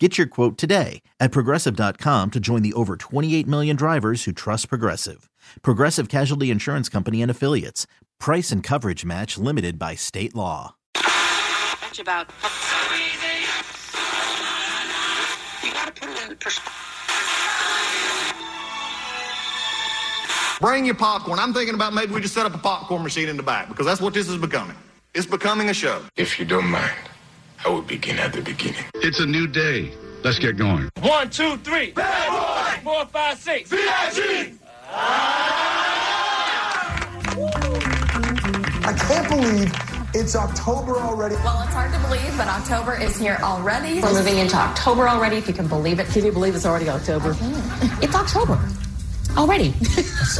Get your quote today at progressive.com to join the over 28 million drivers who trust Progressive. Progressive Casualty Insurance Company and Affiliates. Price and coverage match limited by state law. much about. You gotta put it in perspective. Bring your popcorn. I'm thinking about maybe we just set up a popcorn machine in the back because that's what this is becoming. It's becoming a show. If you don't mind, I will begin at the beginning. It's a new day. Let's get going. One, two, three. Bad boy. Four, five, six. VIG. I can't believe it's October already. Well, it's hard to believe, but October is here already. We're moving into October already, if you can believe it. Can you believe it's already October? It's October. Already.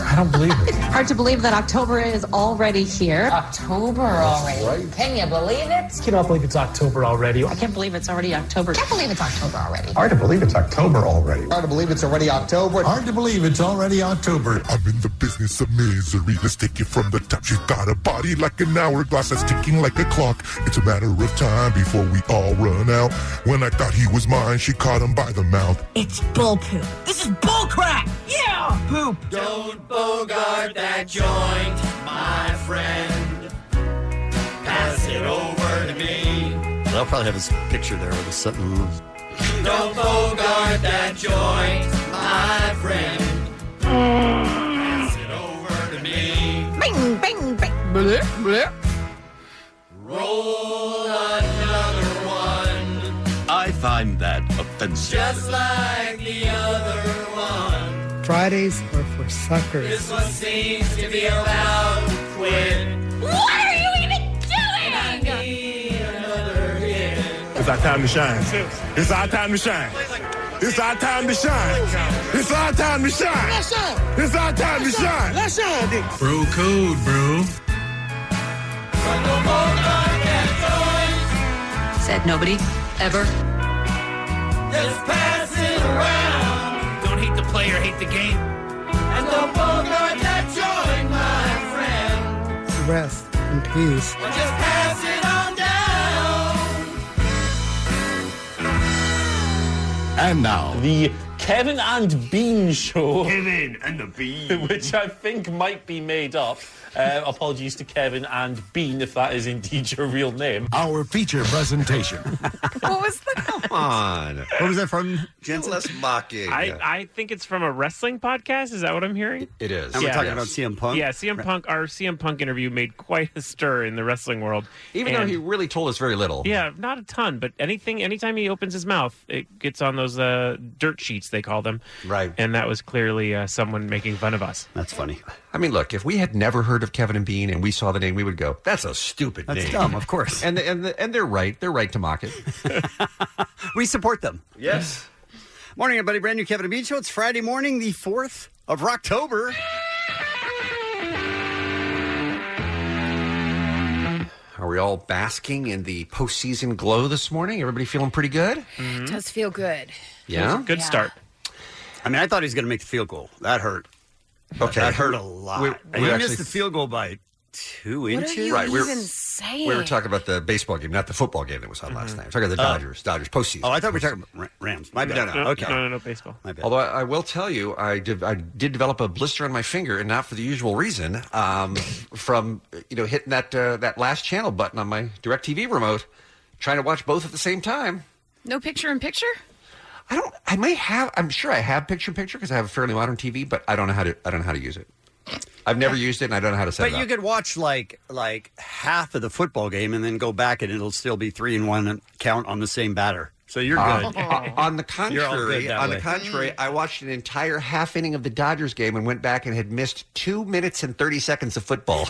I don't believe it. Hard to believe that October is already here. October already. Can you believe it? cannot believe it's October already. I can't believe it's already October. Can't believe it's October already. Hard to believe it's October already. Hard to believe it's already October. Hard to believe it's already October. I'm in the business of misery. Let's take it from the top. She's got a body like an hourglass that's ticking like a clock. It's a matter of time before we all run out. When I thought he was mine, she caught him by the mouth. It's bull poop. This is bull crap. Yeah, poop. Don't bogart that joint, my friend. Pass it over to me. I'll probably have his picture there with a sentence. Don't bogart that joint, my friend. Pass it over to me. Bing, bing, bing. Bleh, bleh. Roll another one, I find that offensive. just like the other one. Fridays are for suckers. This one seems to be about to quit. What are you even doing? It's our time to shine. It's our time to shine. It's our time to shine. It's our time to shine. It's our time to shine. Let's shine, dude. Bro code, bro. Said nobody ever. Just pass it around. Don't hate the player, hate the game. And don't bogart that joint, my friend. Rest in peace. Well, just pass it on down. And now, The Kevin and Bean Show, Kevin and the bee. which I think might be made up. Uh, apologies to Kevin and Bean if that is indeed your real name. Our feature presentation. What was the come on. What was that from? Jensen? Less mocking. I, I think it's from a wrestling podcast. Is that what I'm hearing? it is. And we're talking Yes. about CM Punk? Yeah, CM Punk. Our CM Punk interview made quite a stir in the wrestling world. Even though And- he really told us very little. yeah, not a ton, but anything, anytime he opens his mouth, it gets on those uh, dirt sheets they call them, Right. and that was clearly uh, someone making fun of us. That's funny. I mean, look, if we had never heard of Kevin and Bean and we saw the name, we would go, that's a stupid That's name. dumb, of course. And, and, and they're right. They're right to mock it. we support them. Yes. Morning, everybody. Brand new Kevin and Bean Show. It's Friday morning, the 4th of October. Are we all basking in the postseason glow this morning? Everybody feeling pretty good? It does feel good. Yeah. Good start. I mean, I thought he was going to make the field goal. That hurt. Okay. That hurt a lot. We- he we actually- missed the field goal by two What inches. are you Right, we were- even saying? We were talking about the baseball game, not the football game that was on last night. We're talking about the Dodgers, Dodgers postseason. Mm-hmm. Uh, Oh, I thought we were talking about Ra- Rams. My bad. No, okay. no, no, no baseball. My bad. Although I, I will tell you, I did, I did develop a blister on my finger, and not for the usual reason, um, from you know hitting that uh, that last channel button on my Directv remote, trying to watch both at the same time. no picture in picture? I don't. I may have. I'm sure I have picture in picture because I have a fairly modern TV, but I don't know how to. I don't know how to use it. I've never used it, and I don't know how to set but it you up. could watch like like half of the football game and then go back and it'll still be three and one count on the same batter. So you're good. Uh, on the You're all good contrary, that on way. the contrary, I watched an entire half inning of the Dodgers game and went back and had missed two minutes and thirty seconds of football.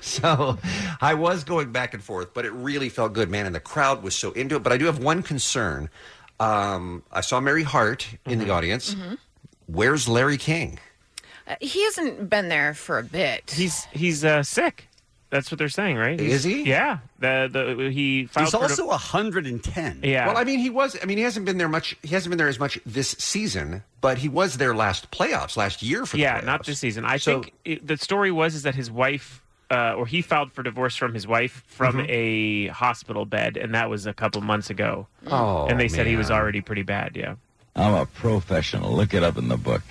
so I was going back and forth, but it really felt good, man. And the crowd was so into it. But I do have one concern. Mm-hmm. Mm-hmm. Um, I saw Mary Hart in the audience. Where's Larry King? Uh, he hasn't been there for a bit. He's he's uh, sick. That's what they're saying, right? Is he? Yeah. The the he filed He's for also div- 110. Yeah. Well, I mean, he was. I mean, he hasn't been there much. He hasn't been there as much this season, but he was there last playoffs, last year for. yeah, the playoffs. not this season. I So- think it, the story was is that his wife. Uh, or he filed for divorce from his wife from Mhm. a hospital bed, and that was a couple months ago. Oh, and they said he was man. already pretty bad. Yeah, I'm a professional. Look it up in the book.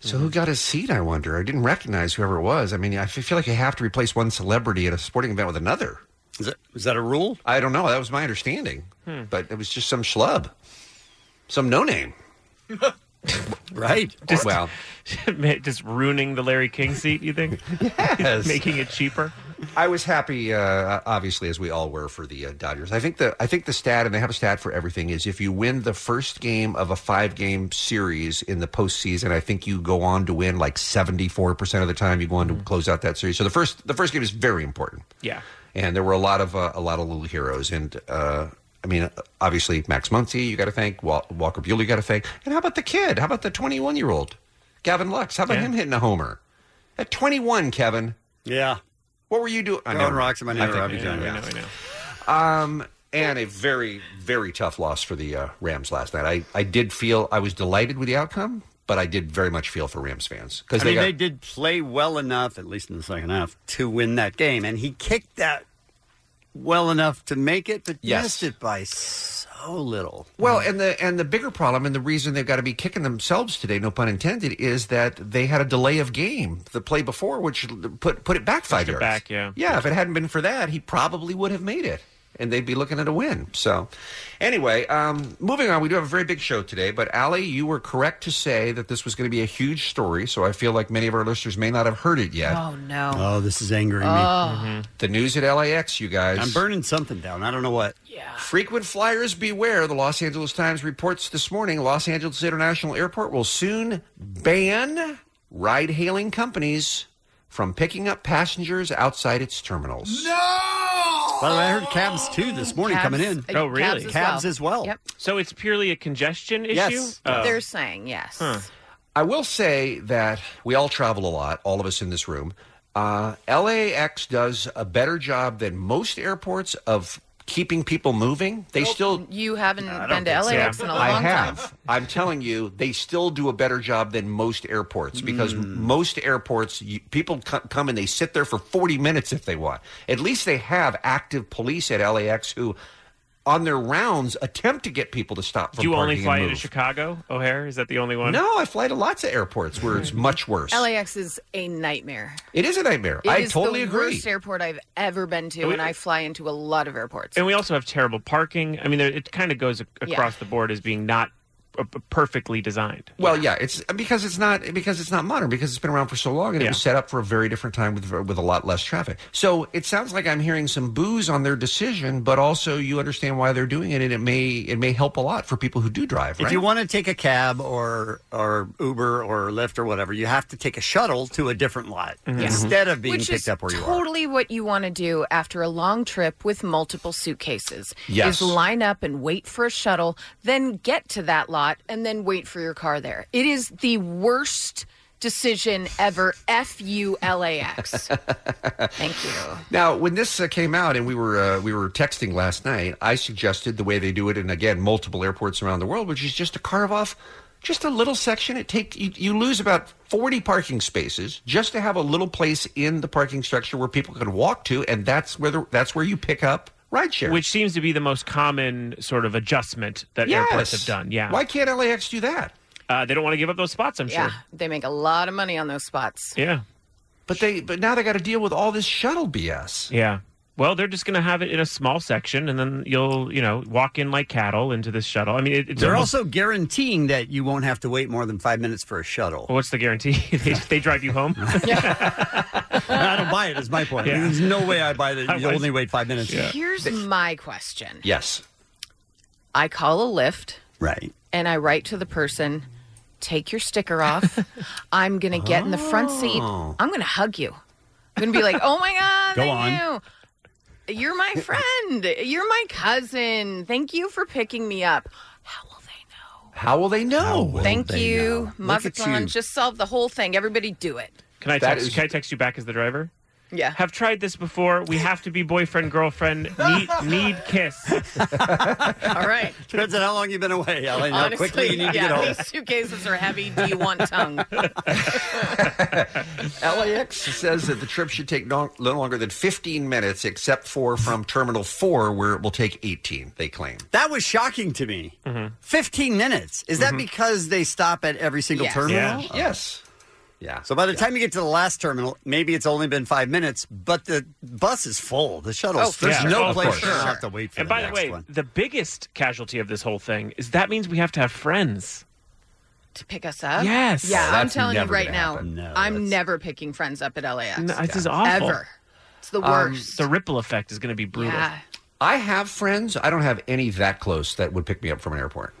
So who got his seat? I wonder. I didn't recognize whoever it was. I mean, I f- feel like you have to replace one celebrity at a sporting event with another. Is that, is that a rule? I don't know. That was my understanding, Hmm. but it was just some schlub, some no name. right. Just- well, just ruining the Larry King seat. You think? Yes. making it cheaper. I was happy, uh, obviously, as we all were for the uh, Dodgers. I think the I think the stat, and they have a stat for everything, is if you win the first game of a five game series in the postseason, I think you go on to win like seventy four percent of the time you go on Mm. to close out that series. So the first the first game is very important, Yeah. and there were a lot of uh, a lot of little heroes, and uh, I mean, obviously Max Muncy, you got to thank Wal- Walker Bueller, you got to thank, and how about the kid? How about the twenty one year old Gavin Lux? How about him hitting a homer at twenty one, Kevin? Yeah. What were you doing? Throwing never mind. rocks at my I neighbor, think I'll be we done. know, Yeah. we know, we know. Um, and a very, very tough loss for the uh, Rams last night. I, I did feel I was delighted with the outcome, but I did very much feel for Rams I fans because they mean, got they did play well enough, at least in the second half, to win that game, and he kicked that well enough to make it, but Yes. missed it by so little. Well, and the and the bigger problem and the reason they've got to be kicking themselves today, no pun intended, is that they had a delay of game the play before, which put put it back five it yards. back, yeah. yeah. If it hadn't been for that, he probably would have made it, and they'd be looking at a win. So, anyway, um, moving on, we do have a very big show today. But Allie, you were correct to say that this was going to be a huge story. So I feel like many of our listeners may not have heard it yet. Oh no. this is angering me. Oh. Mhm. The news at LAX, you guys. I'm burning something down. I don't know what. Frequent flyers beware. The Los Angeles Times reports this morning Los Angeles International Airport will soon ban ride hailing companies from picking up passengers outside its terminals. No! Well, I heard cabs too this morning Cabs, coming in. uh, Oh, really? cabs as well. Yep. So it's purely a congestion issue. Uh, Oh. They're saying yes. I will say that we all travel a lot, all of us in this room. Uh, LAX does a better job than most airports of keeping people moving. They still You haven't been to LAX in a long I have. time. I'm telling you, they still do a better job than most airports because most airports, you, people co- come and they sit there for 40 minutes if they want. At least they have active police at LAX who, on their rounds, attempt to get people to stop from Do you only parking and fly into move. Chicago O'Hare? Is that the only one? No, I fly to lots of airports where it's much worse. LAX is a nightmare. It is a nightmare. It I is totally the agree. worst airport I've ever been to, And we- and I fly into a lot of airports. And we also have terrible parking. I mean, there, it kind of goes ac- Yeah. across the board as being not uh, p- perfectly designed. Well, yeah, it's because it's not because it's not modern because it's been around for so long and Yeah. it was set up for a very different time with with a lot less traffic. So it sounds like I'm hearing some boos on their decision, but also you understand why they're doing it, and it may it may help a lot for people who do drive. Right? If you want to take a cab or or Uber or Lyft or whatever, you have to take a shuttle to a different lot Mhm. instead of being Which picked is up where you are. totally what you want to do after a long trip with multiple suitcases. Yes. Is line up and wait for a shuttle, then get to that lot and then wait for your car there. It is the worst decision ever. F U L A X. Thank you. Now, when this uh, came out and we were uh, we were texting last night, I suggested the way they do it, and again, multiple airports around the world, which is just to carve off just a little section. It take you, you lose about forty parking spaces just to have a little place in the parking structure where people can walk to, and that's where the, that's where you pick up rideshare. Which seems to be the most common sort of adjustment that airports Yes. have done. Yeah. Why can't LAX do that? Uh, they don't want to give up those spots, I'm Yeah, sure. they make a lot of money on those spots. Yeah. But they but now they got to deal with all this shuttle BS. Yeah. Well, they're just going to have it in a small section, and then you'll, you know, walk in like cattle into this shuttle. I mean, it, it's They're almost- also guaranteeing that you won't have to wait more than five minutes for a shuttle. Well, what's the guarantee? they, they drive you home? I don't buy it. Is my point. Yeah. There's no way I buy that. You I- only wait five minutes. Here's my question Yes. I call a Lyft Right. and I write to the person, take your sticker off. I'm going to get in the front seat. Oh. I'm going to hug you. I'm going to be like, oh my God, Go thank on. you. You're my friend. You're my cousin. Thank you for picking me up. How will they know? Thank you, Mazatlan. you. Just solve the whole thing. Everybody do it. Can I That text? is- Can I text you back as the driver? Yeah. Have tried this before. We have to be boyfriend girlfriend. Need, need kiss. All right. Depends on how long you've been away, Ellen. How Honestly, quickly you need to yeah, get home. these suitcases are heavy. Do you want tongue? LAX says that the trip should take no, no longer than 15 minutes, except for from Terminal 4, where it will take 18, they claim. That was shocking to me. Mm-hmm. 15 minutes. Is that Mhm. because they stop at every single Yes. terminal? Oh. Yeah. Yes. Yeah. So by the time you get to the last terminal, maybe it's only been five minutes, but the bus is full. The shuttle's Oh, for there's sure. no Oh, place for you sure. have to wait for and the by the next way, one. the biggest casualty of this whole thing is that means we have to have friends. to pick us up? Yes. Oh, Yeah, Well, I'm that's telling you never right gonna now, happen. No, I'm never picking friends up at LAX. No, this is awful. Ever. It's the Um, worst. The ripple effect is going to be brutal. yeah. I have friends. I don't have any that close that would pick me up from an airport.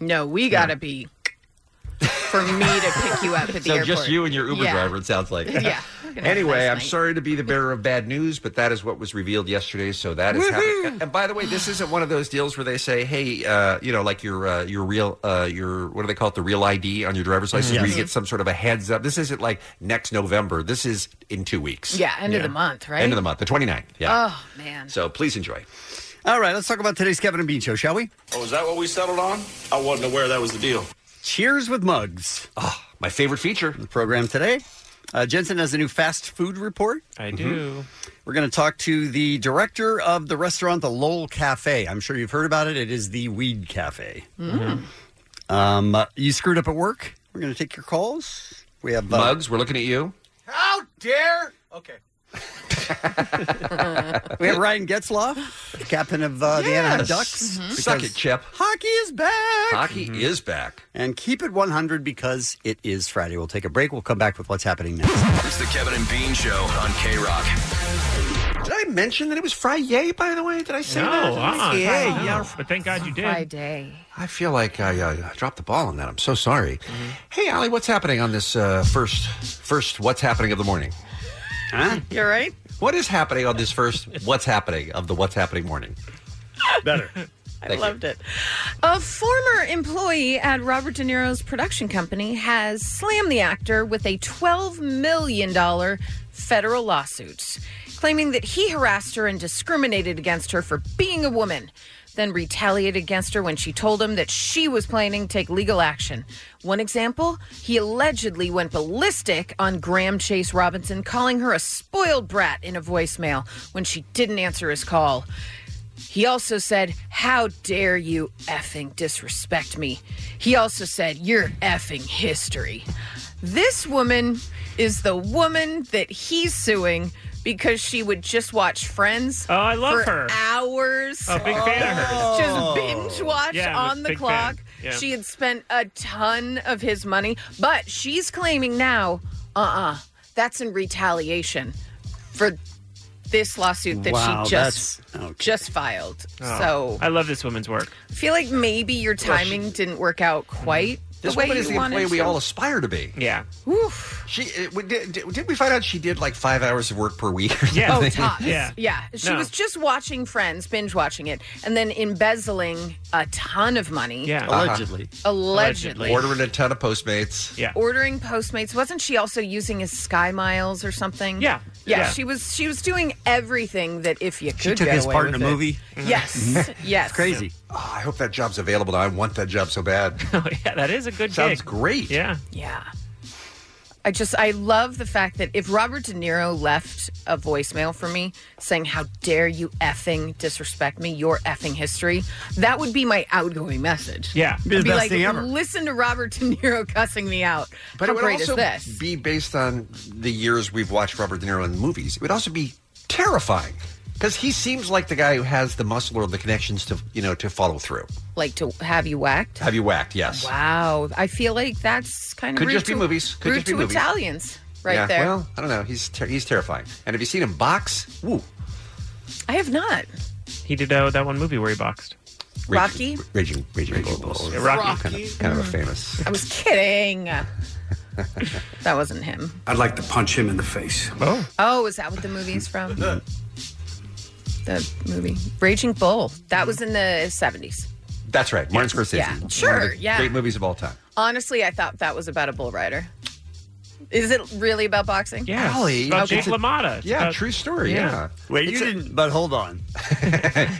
No, we gotta be for me to pick you up at the so airport. just you and your Uber Yeah. driver, it sounds like. Yeah. We're gonna have a Anyway, nice I'm night. sorry to be the bearer of bad news, but that is what was revealed yesterday. So that is happening. And by the way, this isn't one of those deals where they say, "Hey, uh, you know, like your uh, your real uh, your what do they call it? The real ID on your Mm-hmm. driver's license, where you Yes. get some sort of a heads up." This isn't like next November. This is in two weeks. Yeah, end of the month, right? End of the month, the 29th. Yeah. Oh man. So please enjoy. All right, let's talk about today's Kevin and Bean show, shall we? Oh, is that what we settled on? I wasn't aware that was the deal. Cheers with mugs. Oh, my favorite feature. The program today. Uh, Jensen has a new fast food report. I Mm-hmm. do. We're going to talk to the director of the restaurant, the Lowell Cafe. I'm sure you've heard about it. It is the Weed Cafe. Mm-hmm. Um, uh, you screwed up at work. We're going to take your calls. We have uh, Mugs, we're looking at you. How dare? Okay. we have Ryan Getzloff, captain of uh, the Anaheim Yes. Ducks. Mm-hmm. Mm-hmm. Mhm. Suck it, Chip. Hockey is back. Hockey is back. And keep it 100 because it is Friday. We'll take a break. We'll come back with what's happening next. It's the Kevin and Bean Show on K Rock. Did I mention that it was Friday? By the way, did I say No, that? uh-uh. Yeah, No. yeah. But thank God you did. Friday. I feel like I uh, dropped the ball on that. I'm so sorry. Hey, Ali, what's happening on this uh, first first What's Happening of the morning? Huh? You're right. What is happening on this first What's Happening of the What's Happening morning? Better. I Thank you. loved it. A former employee at Robert De Niro's production company has slammed the actor with a $12 million federal lawsuit, claiming that he harassed her and discriminated against her for being a woman, then retaliated against her when she told him that she was planning to take legal action. One example, he allegedly went ballistic on Graham Chase Robinson, calling her a spoiled brat in a voicemail when she didn't answer his call. He also said, How dare you effing disrespect me? He also said, You're effing history. This woman is the woman that he's suing because she would just watch Friends. Oh, I love her. Hours. Oh. A big fan of hers. Just binge watch Yeah, I'm a on the big clock. fan. Yeah. She had spent a ton of his money, but she's claiming now, uh uh that's in retaliation for this lawsuit that Wow, she just that's- okay. just filed. Ah. Oh, So I love this woman's work. I feel like maybe your timing didn't work out quite Mm-hmm. This the way woman is you the wanted employee we to. all aspire to be. Yeah. She uh, we did, did, did we find out she did like five hours of work per week? Or Yeah. Oh, something? tops. Yeah. She was just watching Friends, binge watching it, and then embezzling a ton of money. Uh-huh. Allegedly. ordering a ton of Postmates. Yeah, Ordering Postmates. Wasn't she also using his Sky Miles or something? Yeah. Yeah, Yeah. she was she was doing everything that if you could She took get his away part in a with it. movie. Yes. yes. Oh, I hope that job's available. Now. I want that job so bad. oh yeah, that is a good Sounds gig. great. Yeah. Yeah. I just I love the fact that if Robert De Niro left a voicemail for me saying how dare you effing disrespect me your effing history that would be my outgoing message. Yeah. I'd like, Listen to Robert De Niro cussing me out. But it how would great also is this? be based on the years we've watched Robert De Niro in movies. It would also be terrifying because he seems like the guy who has the muscle or the connections to you know to follow through. Like to have you whacked? Have you whacked? Yes. Wow, I feel like that's kind of Could rude just be to- movies. Could rude just be to movies. Italians, right Yeah, there. Well, I don't know. He's ter- he's terrifying. And have you seen him box? Woo. I have not. He did uh, that one movie where he boxed. Rocky? Raging Raging, Bull. Yeah, Rocky. Kind of, kind of a famous. I was kidding. that wasn't him. I'd like to punch him in the face. Oh. Oh, is that what the movie's from? the movie Raging Bull. That was in the 70s. That's right. Martin Scorsese. Yeah. One of Sure, the yeah. Great movies of all time. Honestly, I thought that was about a bull rider. Is it really about boxing? Allie, Okay. Yeah, true story. Yeah. Wait, you didn't. But hold on.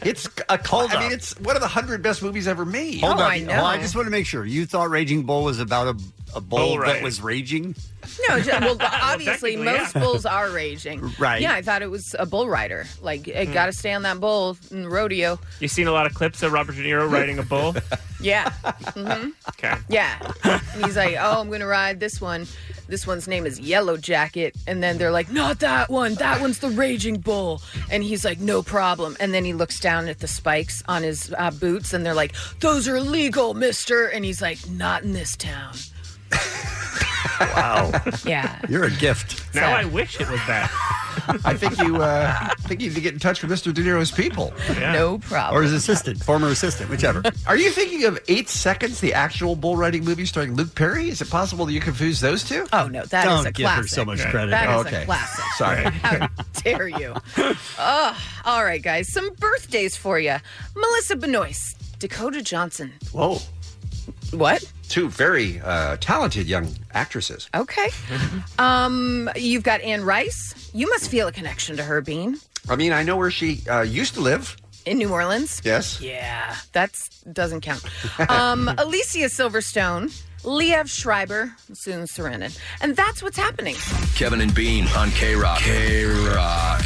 it's a cult. I mean, Oh, it's one of the hundred best movies ever made. Oh, Hold on. Well, I just want to make sure. You thought Raging Bull was about a, a bull, Bull that riding. was raging? No, ju- well, obviously technically, most yeah. bulls are raging. Right. Yeah, I thought it was a bull rider. Like, I Hmm. got to stay on that bull in the rodeo. You seen a lot of clips of Robert De Niro riding a bull? Yeah. hmm Okay. Yeah. And he's like, oh, I'm going to ride this one. This one's name is Yellow Jacket. And then they're like, not that one. That one's the Raging Bull. And he's like, no problem. And then he looks down at the spikes on his uh, boots and they're like, those are legal, mister. And he's like, not in this town. Wow. Yeah. You're a gift. Now I wish it was that. I think you. Uh, I think you need to get in touch with Mr. De Niro's people. No problem. Or his assistant, former assistant, whichever. Are you thinking of Eight Seconds, the actual bull riding movie starring Luke Perry? Is it possible that you confuse those two? Oh no, that is Don't a give her classic. so much credit. That is Okay. a classic. Sorry. How dare you? Oh, all right, guys. Some birthdays for you: Melissa Benoist, Dakota Johnson. Whoa. What? Two very uh, talented young actresses. Okay. Um, you've got Anne Rice. You must feel a connection to her, Bean, I mean, I know where she uh, used to live. in New Orleans. Yes. Yeah, that's doesn't count. Um, Alicia Silverstone, Liev Schreiber, soon Sarandon, and that's what's happening. Kevin and Bean on K Rock. K Rock.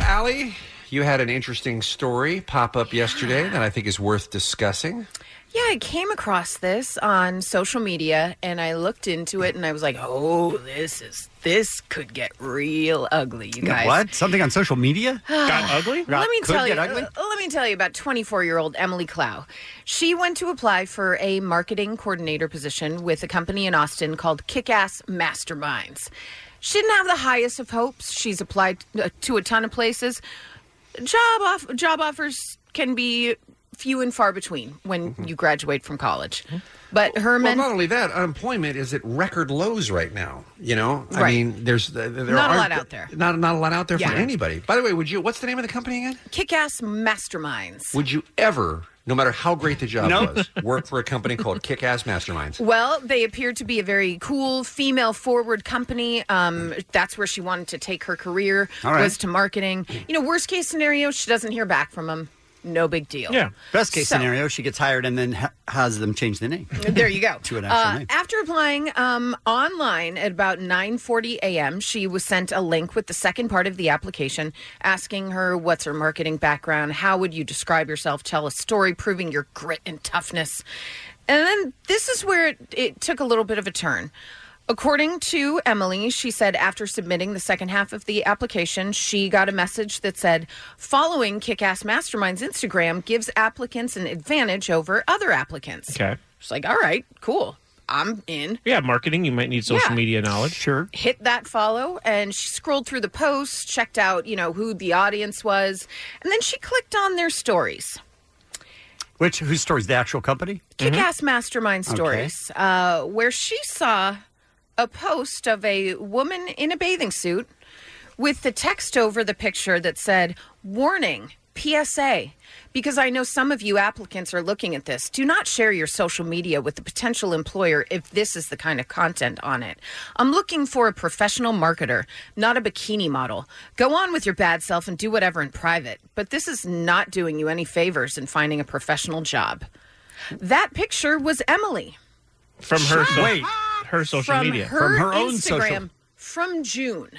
Allie, you had an interesting story pop up yesterday that I think is worth discussing. Yeah, I came across this on social media and I looked into it and I was like, "Oh, this is this could get real ugly, you guys." What? Something on social media? Let me Could tell get you. ugly? uh, let me tell you about 24-year-old Emily Clow. She went to apply for a marketing coordinator position with a company in Austin called Kickass Masterminds. She didn't have the highest of hopes. She's applied uh, to a ton of places. Job off job offers can be few and far between when Mm-hmm. you graduate from college. But her Well, men- not only that, unemployment is at record lows right now. You know, I Right. mean, there's there there Not a aren't- lot out there. Not not a lot out there Yeah. for anybody. By the way, would you? What's the name of the company again? Kick-ass masterminds. Would you ever, no matter how great the job Nope. was, work for a company called Kick Ass Masterminds? Well, they appear to be a very cool female forward company. Um, that's where she wanted to take her career All right. was to marketing. You know, worst case scenario, she doesn't hear back from them. No big deal. Best case So- scenario, she gets hired and then ha- has them change the name. There you go. to an actual Uh, name. after applying um, online at about 9:40 a.m., she was sent a link with the second part of the application, asking her what's her marketing background, how would you describe yourself, tell a story proving your grit and toughness, and then this is where it, it took a little bit of a turn. According to Emily, she said after submitting the second half of the application, she got a message that said, following Kickass Mastermind's Instagram gives applicants an advantage over other applicants. Okay. She's like, all right, cool. I'm in. Yeah, marketing. You might need social Yeah. media knowledge. Sure. Hit that follow. And she scrolled through the posts, checked out, you know, who the audience was. And then she clicked on their stories. Which, whose story is the actual company? Kick ass mastermind Mm-hmm. Okay. stories, uh, where she saw a post of a woman in a bathing suit with the text over the picture that said, Warning, PSA. Because I know some of you applicants are looking at this. Do not share your social media with the potential employer if this is the kind of content on it. I'm looking for a professional marketer, not a bikini model. Go on with your bad self and do whatever in private, but this is not doing you any favors in finding a professional job. That picture was Emily From her so- Wait. her social from media. her, Instagram from June.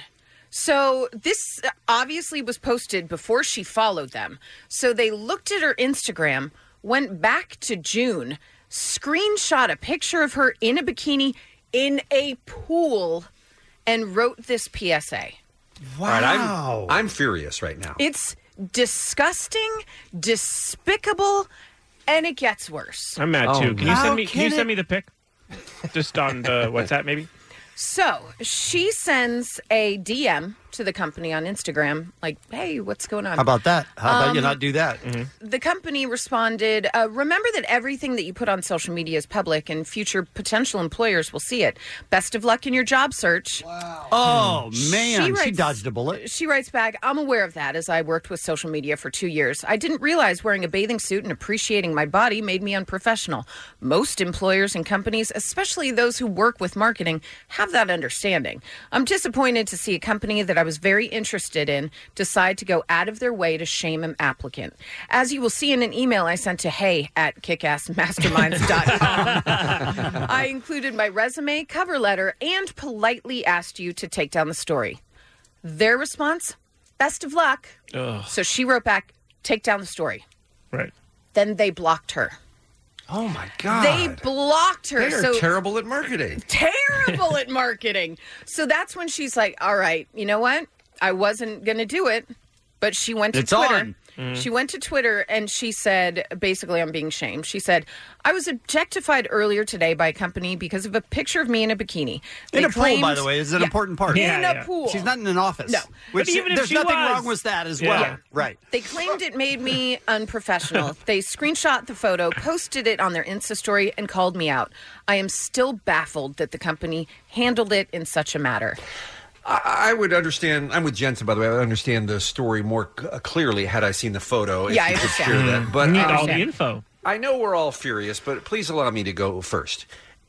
So this uh, obviously was posted before she followed them. So they looked at her Instagram, went back to June, screenshot a picture of her in a bikini in a pool, and wrote this PSA. Wow. All right, I'm, I'm furious right now. It's disgusting, despicable, and it gets worse. I'm mad Oh, too. Can you how send me? Can, you can send it- me the pic? Just on the WhatsApp, maybe. So she sends a DM to the company on Instagram, like, hey, what's going on? How about that? How about you Um, not do that? Mm-hmm. The company responded, uh, remember that everything that you put on social media is public and future potential employers will see it. Best of luck in your job search. Hmm. Oh man, she, writes- dodged a bullet. She writes back, I'm aware of that as I worked with social media for two years. I didn't realize wearing a bathing suit and appreciating my body made me unprofessional. Most employers and companies, especially those who work with marketing, have that understanding. I'm disappointed to see a company that I was very interested in decide to go out of their way to shame an applicant. As you will see in an email I sent to hey at kickassmasterminds.com, I included my resume, cover letter, and politely asked you to take down the story. Their response, best of luck. Ugh. So she wrote back, take down the story. Right. Then they blocked her. Oh my They blocked her. They are so terrible at marketing. terrible at marketing. So that's when she's like, all right, you know what? I wasn't going to do it, but she went to It's Twitter. on. Mm. She went to Twitter and she said, basically, I'm being shamed. She said, I was objectified earlier today by a company because of a picture of me in a bikini. In They a pool, claimed- by the way, is an Yeah. important part. In a pool. She's not in an office. No. Which, But even if there's she nothing was- wrong with that as Yeah. well. Yeah. Right. They claimed it made me unprofessional. they screenshot the photo, posted it on their Insta story, and called me out. I am still baffled that the company handled it in such a matter. I, I would understand. I'm with Jensen, by the way. I would understand the story more c- uh, clearly had I seen the photo. if Yeah, I you could understand. share that. But You need I all the understand. info. I know we're all furious, but please allow me to go first.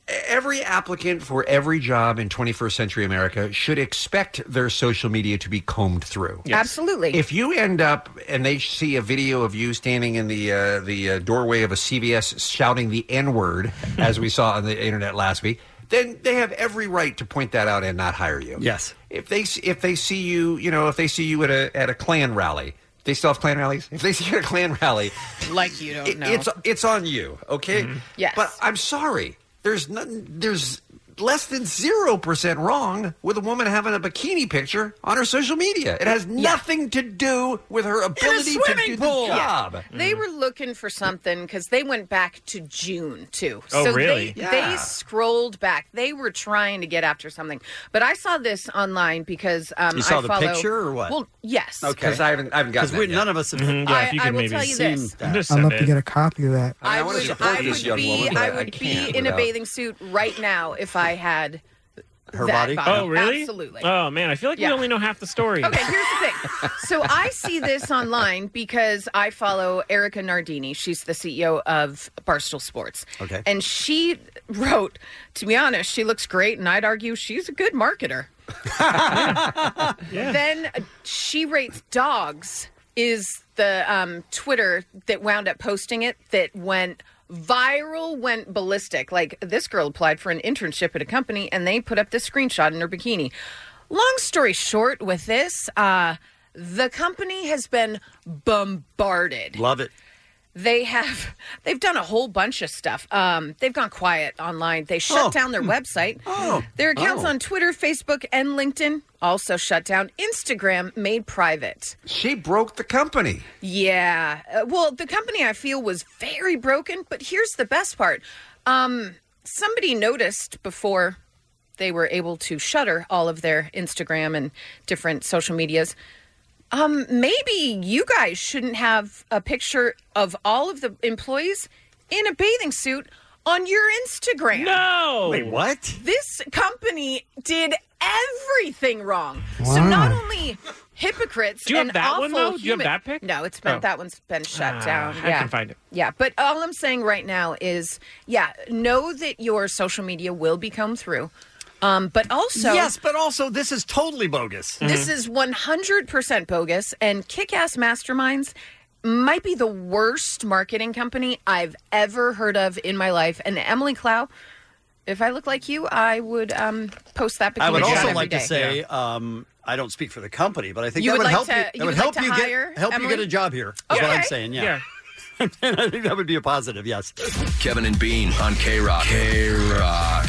Every applicant for every job in 21st century America should expect their social media to be combed through. Absolutely. If you end up and they see a video of you standing in the uh, the uh, doorway of a CVS shouting the N word, as we saw on the internet last week, then they have every right to point that out and not hire you. Yes. If they s- if they see you, you know, if they see you at a at a Klan rally, they still have Klan rallies. If they see you at a Klan rally, like you don't it- know. it's it's on you. Okay. Yes. But I'm sorry. There's nothing. There's less than zero percent wrong with a woman having a bikini picture on her social media. It has Yeah. nothing to do with her ability to do the job. They were looking for something because they went back to June too. Oh, so really? They, Yeah. they scrolled back. They were trying to get after something. But I saw this online because um, You saw I the follow- picture or what? Well, yes. Because I haven't I haven't gotten Because we- that yet. none of us have. I- I will tell you this. I'd love to get a copy of that. I, I want to would, support I this would young be, woman, but I I would be can't in a without- bathing suit right now if I had Her that body? Oh, really? Absolutely. Oh, man. I feel like we Yeah. only know half the story. Okay, here's the thing. So I see this online because I follow Erica Nardini. She's the CEO of Barstool Sports. Okay. And she wrote, to be honest, she looks great, and I'd argue she's a good marketer. Then uh, she rates dogs is the um, Twitter that wound up posting it that went viral, went ballistic. Like this girl applied for an internship at a company, and they put up this screenshot in her bikini. Long story short, with this, uh, the company has been bombarded Love it. they have they've done a whole bunch of stuff um, they've gone quiet online they shut Oh. down their website Oh. their accounts Oh. on twitter facebook and linkedin also shut down instagram made private She broke the company. yeah Uh, well the company i feel was very broken but here's the best part um, somebody noticed before they were able to shutter all of their instagram and different social medias um, maybe you guys shouldn't have a picture of all of the employees in a bathing suit on your Instagram. No. Wait, what? This company did everything wrong. So not only hypocrites Do you have and that awful one, though? Do you have human- that pic? No, it's been Oh. that one's been shut Ah, down. I yeah. can find it. Yeah, but all I'm saying right now is, yeah, know that your social media will be come through. Um, but also yes, but also this is totally bogus. this Mm-hmm. is 100% bogus, and Kick Ass Masterminds might be the worst marketing company I've ever heard of in my life. And Emily Clow, if I look like you, I would um, post that. I would bikini shot also every like to day. say, um, I don't speak for the company, but I think You that would would like help to- you. you That would would like help to you hire get help you get Emily? a job here. Is what I'm Okay. saying. Yeah. and I think that would be a positive. Yes. Kevin and Bean on K Rock. K Rock.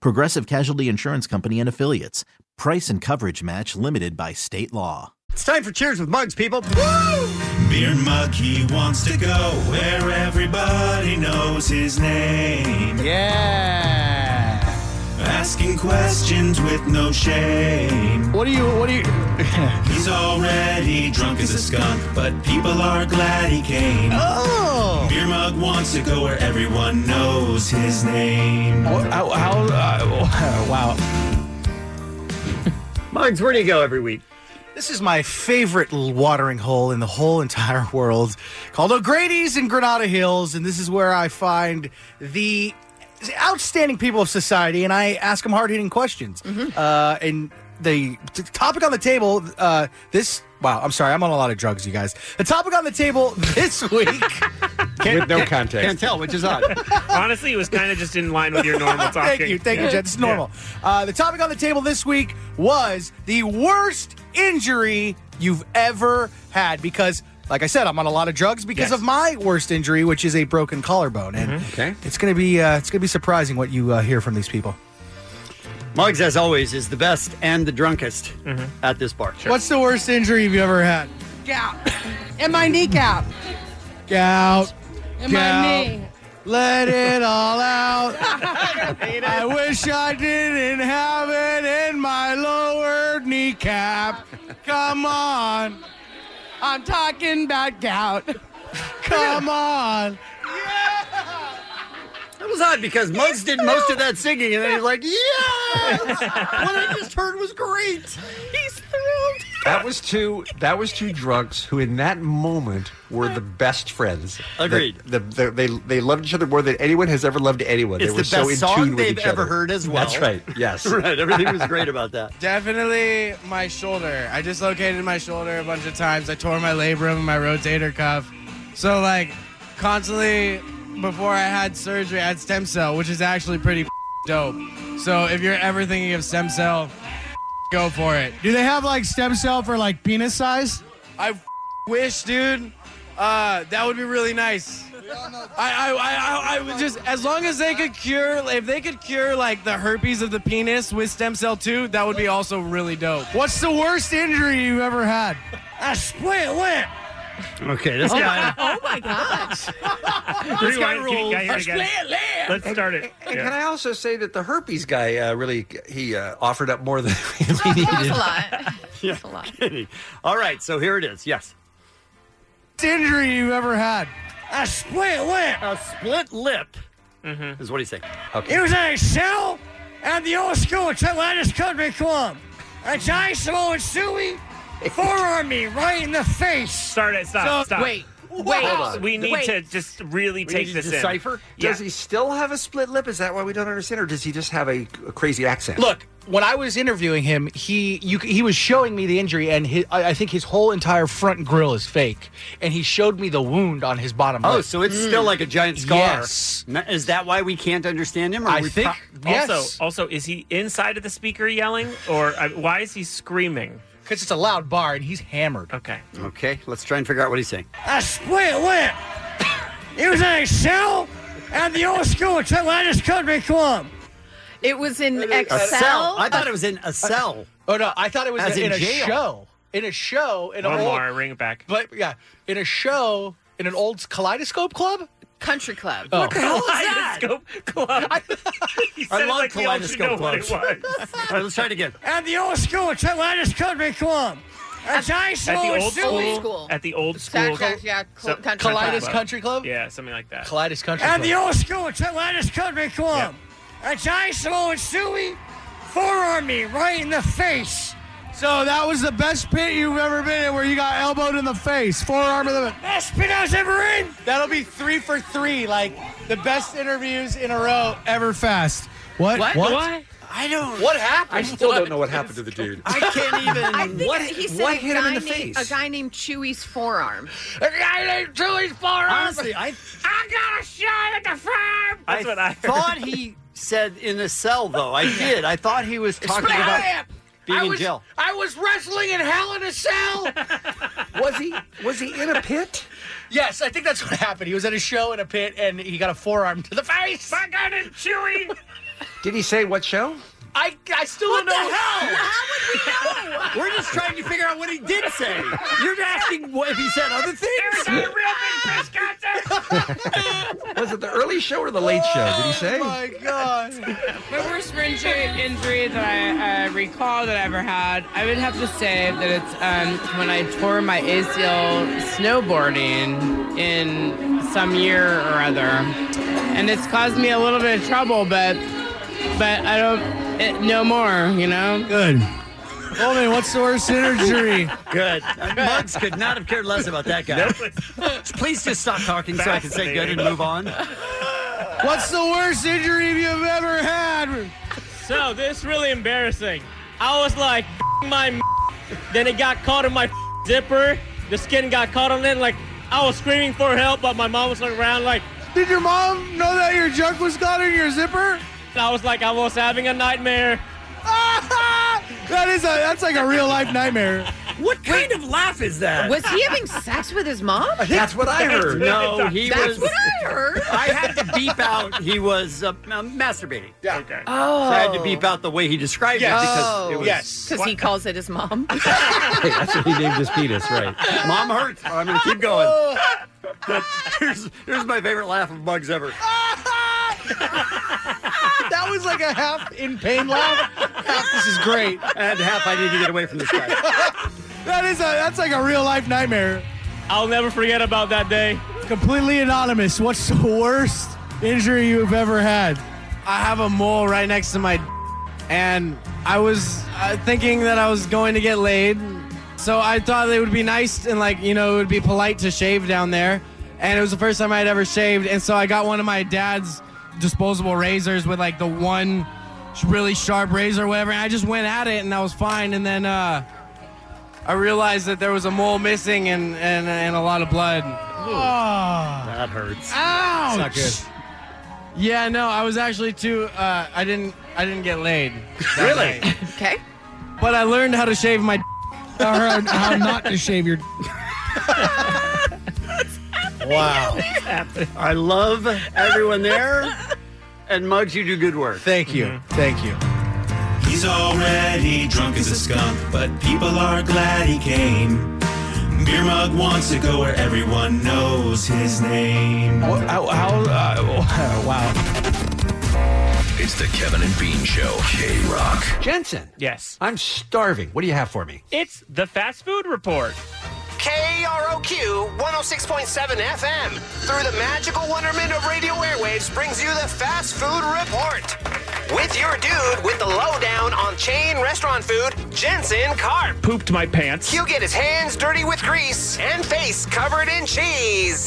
Progressive Casualty Insurance Company and Affiliates. Price and coverage match limited by state law. It's time for Cheers with Mugs, people. Beer Mug, he wants to go where everybody knows his name. Yeah. Asking questions with no shame. What do you, what do you. He's already drunk as a skunk, but people are glad he came. Oh. Beer Mug wants to go where everyone knows his name. How, uh, wow. Mugs, where do you go every week? This is my favorite l- watering hole in the whole entire world called O'Grady's in Granada Hills. And this is where I find the outstanding people of society and I ask them hard hitting questions. Mm-hmm. Uh, and the t- topic on the table uh, this, wow, I'm sorry, I'm on a lot of drugs, you guys. The topic on the table this week. With no context. Can't tell, which is odd. Honestly, it was kind of just in line with your normal talking. thank you, thank you, Jen. It's normal. Uh, the topic on the table this week was the worst injury you've ever had because. Like I said, I'm on a lot of drugs because Yes. of my worst injury, which is a broken collarbone, and Mm-hmm. Okay. it's gonna be uh, it's gonna be surprising what you uh, hear from these people. Muggs, as always, is the best and the drunkest at this bar. What's the worst injury you've ever had? Gout. And my kneecap. Gout. And my gout. knee. Let it all out. I wish I didn't have it in my lower kneecap. Come on. I'm talking about gout. Come on. That was odd because Muggs did most of that singing, and then he's like, "Yes, what I just heard was great." He's thrilled. That was two. That was two drunks who, in that moment, were the best friends. Agreed. The, the, they they loved each other more than anyone has ever loved anyone. It's they the were best so in tune song with they've each ever other. heard as well. That's right. Yes. right. Everything was great about that. Definitely my shoulder. I dislocated my shoulder a bunch of times. I tore my labrum and my rotator cuff. So like constantly before I had surgery, I had stem cell, which is actually pretty dope. So if you're ever thinking of stem cell, go for it. Do they have like stem cell for like penis size? I wish, dude. Uh, that would be really nice. I, I, I, I, I would just, as long as they could cure, if they could cure like the herpes of the penis with stem cell too, that would be also really dope. What's the worst injury you ever had? I split lip. Okay, this Oh, guy. Oh my gosh. This guy rules. Let's start it. And can I also say that the herpes guy uh, really he uh, offered up more than he needed. Yeah, kidding. All right, so here it is. Yes. injury you ever had? A split lip. A split lip is what he's saying. Okay. It was at a cell at the old school at Atlantis Country Club. A giant Samoan Suey forearm me right in the face. Start it. Stop. So- stop. Wait, wait, Hold on. We need wait. to just really take this in. Yeah. Does he still have a split lip? Is that why we don't understand, or does he just have a, a crazy accent? Look, when I was interviewing him, he you, he was showing me the injury, and his, I, I think his whole entire front grill is fake, and he showed me the wound on his bottom. Oh, lip. so it's Hmm. still like a giant scar. Yes. N- Is that why we can't understand him? Or we pro- Also, also, is he inside of the speaker yelling, or uh, why is he screaming? Because it's a loud bar and he's hammered. Okay. Okay, let's try and figure out what he's saying. A split lip. It was at a cell at the old school at Atlantis Country Club. It was in A Excel. cell? I thought it was in a cell. Oh no, I thought it was As in, in a jail. show. In a show. In One a more, Old, ring it back. but yeah, in a show in an old kaleidoscope club. Country club. Oh. Kaleidoscope club. I it love like we all should kaleidoscope know what it clubs. All right, let's try it again. At the old school at Atlantis Country Club. A giant At the Samoan old Suey. school. At the old school. Exact- yeah, cl- country club. Colitis Country Club. Yeah, something like that. Colitis Country At the old school at Atlantis Country Club. A giant Samoan Suey forearm me right in the face. So that was the best pit you've ever been in, where you got elbowed in the face, forearm in the. Best pit I was ever in. That'll be three for three, like the best interviews in a row ever. Fast. What? I don't. What happened? I still don't know what happened to the dude. I can't even. I think what he said what a hit guy him in the named- face? A guy named Chewy's forearm. A guy named Chewy's forearm. Honestly, I I got a shot at the farm. I, thought he said in a cell though. I did. I thought he was talking Split about. lip. Being I in was, jail. I was wrestling in Hell in a Cell. was he was he in a pit? Yes, I think that's what happened. He was at a show in a pit and he got a forearm to the face. I got it, Chewy. Did he say what show? I, I still don't What know. the hell? How would we know? We're just trying to figure out what he did say. You're asking what if he said other things. Was it the early show or the late show? Did Oh he say? God. My worst injury, injury that I uh, recall that I ever had, I would have to say that it's um, when I tore my ACL snowboarding in some year or other, and it's caused me a little bit of trouble, but but I don't it, no more, you know. Good. Coleman, what's the worst injury? Good. Mugs could not have cared less about that guy. Please just stop talking so I can say good and move on. What's the worst injury you've ever had? So this is really embarrassing. I was like "F- my, m-." then it got caught in my f- zipper. The skin got caught on it. Like I was screaming for help, but my mom was looking around like, "Did your mom know that your junk was caught in your zipper?" I was like, I was having a nightmare. That is a that's like a real life nightmare. What kind of laugh is that? Was he having sex with his mom? That's what I heard. No, he That's was. what I heard. I had to beep out. He was uh, um, masturbating. Yeah. Okay. Oh. So I had to beep out the way he described Yes. it because Oh. it was. Because he calls it his mom. That's what he named his penis, right? Mom hurts. I'm gonna keep Oh. going. But here's here's my favorite laugh of Bugs ever. Oh. that was like a half in pain laugh. Half this is great. And half I need to get away from this guy. That is a that's like a real life nightmare. I'll never forget about that day. Completely anonymous. What's the worst injury you've ever had? I have a mole right next to my d- and I was uh, thinking that I was going to get laid. So I thought it would be nice and like, you know, it would be polite to shave down there. And it was the first time I'd ever shaved, and so I got one of my dad's disposable razors with like the one really sharp razor or whatever, and I just went at it and I was fine and then uh I realized that there was a mole missing and and, and a lot of blood. Oh. That hurts. It's Ouch. not good. Yeah, no, I was actually too. Uh, I didn't. I didn't get laid. Really? okay. But I learned how to shave my. d- how, how not to shave your. d- Wow. I love everyone there. And Muggs, you do good work. Thank you. Mm-hmm. Thank you. He's already drunk as a skunk, but people are glad he came. Beer Mug wants to go where everyone knows his name. wow. It's the Kevin and Bean Show. K Rock. Jensen. Yes. I'm starving. What do you have for me? It's the fast food report. KROQ 106.7 FM, through the magical wonderment of radio airwaves, brings you the Fast Food Report. With your dude with the lowdown on chain restaurant food, Jensen Carp. Pooped my pants. He'll get his hands dirty with grease and face covered in cheese.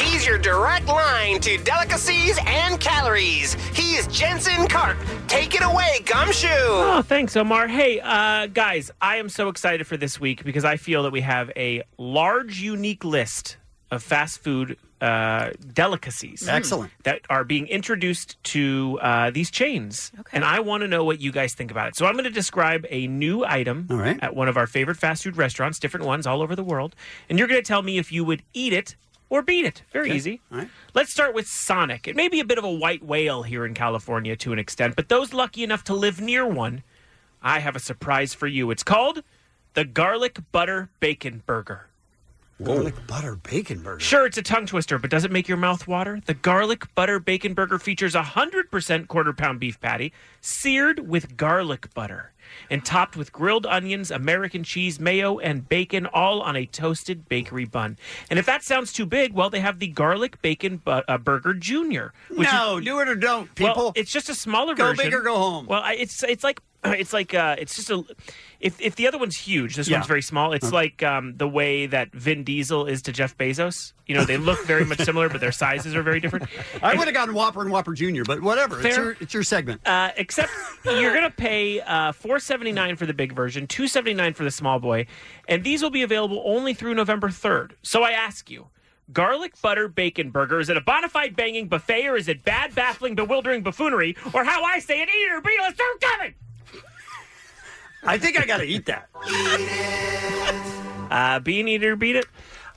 He's your direct line to delicacies and calories. He is Jensen Carp. Take it away, Gumshoe. Oh, thanks, Omar. Hey, uh, guys, I am so excited for this week because I feel that we have a large, unique list of fast food uh, delicacies. Mm. Excellent. That are being introduced to uh, these chains. Okay. And I want to know what you guys think about it. So I'm going to describe a new item at one of our favorite fast food restaurants, different ones all over the world. And you're going to tell me if you would eat it or beat it. Very easy. Let's start with Sonic. It may be a bit of a white whale here in California to an extent, but those lucky enough to live near one, I have a surprise for you. It's called the Garlic Butter Bacon Burger. Garlic butter bacon burger. Sure, it's a tongue twister, but does it make your mouth water? The garlic butter bacon burger features 100% quarter pound beef patty seared with garlic butter and topped with grilled onions, American cheese, mayo, and bacon, all on a toasted bakery bun. And if that sounds too big, well, they have the garlic bacon bu- uh, burger junior. No, do it or don't, Well, people. it's just a smaller Go version. big or go home. Well, I, it's it's like it's like uh, it's just a if if the other one's huge, this Yeah. one's very small. It's Okay. like um, the way that Vin Diesel is to Jeff Bezos. You know, they look very much similar, but their sizes are very different. I would have gotten Whopper and Whopper Jr., but whatever. It's Fair. your, it's your segment. Uh, except you're gonna pay uh, four seventy nine for the big version, two seventy nine for the small boy, and these will be available only through November third. So I ask you, garlic butter bacon burger is it a bona fide banging buffet or is it bad baffling bewildering buffoonery or how I say it, eat it or beat it? Let's do it, Kevin. I think I gotta eat that. Uh, bean eater, beat it.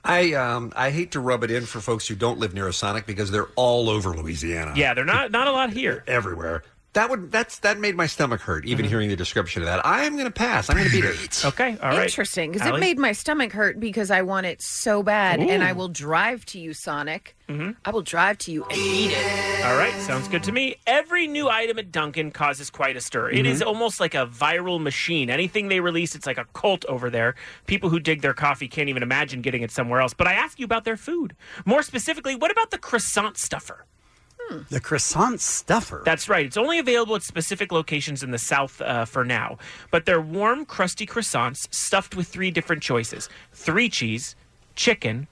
I um I hate to rub it in for folks who don't live near a Sonic because they're all over Louisiana. Yeah, they're not not a lot here. Mm-hmm. Everywhere. That would that's that made my stomach hurt even hearing the description of that. I'm gonna pass. I'm gonna beat it. Okay, Interesting, because it made my stomach hurt because I want it so bad, and I Ooh. Mm-hmm. will drive to you, Sonic. I will drive to you and eat it. All right, sounds good to me. Every new item at Dunkin' causes quite a stir. It is Mhm. almost like a viral machine. Anything they release, it's like a cult over there. People who dig their coffee can't even imagine getting it somewhere else. But I ask you about their food. More specifically, what about the croissant stuffer? The croissant stuffer. That's right. It's only available at specific locations in the South uh, for now. But they're warm, crusty croissants stuffed with three different choices three cheese, chicken,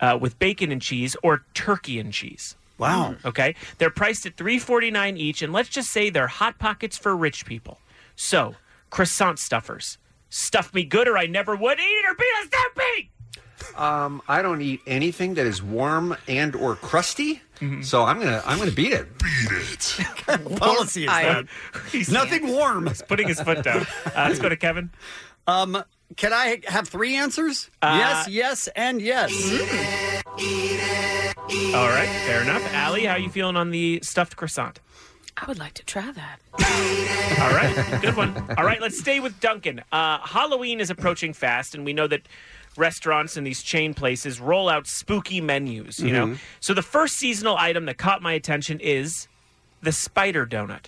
uh, with bacon and cheese, or turkey and cheese. Mm. Wow. Okay. They're priced at three forty nine each, and let's just say they're hot pockets for rich people. So, croissant stuffers. Stuff me good, or I never would eat, or be a stampede. Um I don't eat anything that is warm and or crusty. Mm-hmm. So I'm gonna I'm gonna beat it. Beat it. policy is that? Nothing warm. He's putting his foot down. Uh, let's go to Kevin. Um, can I have three answers? Uh, yes, yes, and yes. All right, fair enough. Allie, how you feeling on the stuffed croissant? I would like to try that. All right, good one. All right, let's stay with Duncan. Uh, Halloween is approaching fast, and we know that restaurants and these chain places roll out spooky menus. You know, Mhm. so the first seasonal item that caught my attention is the spider donut.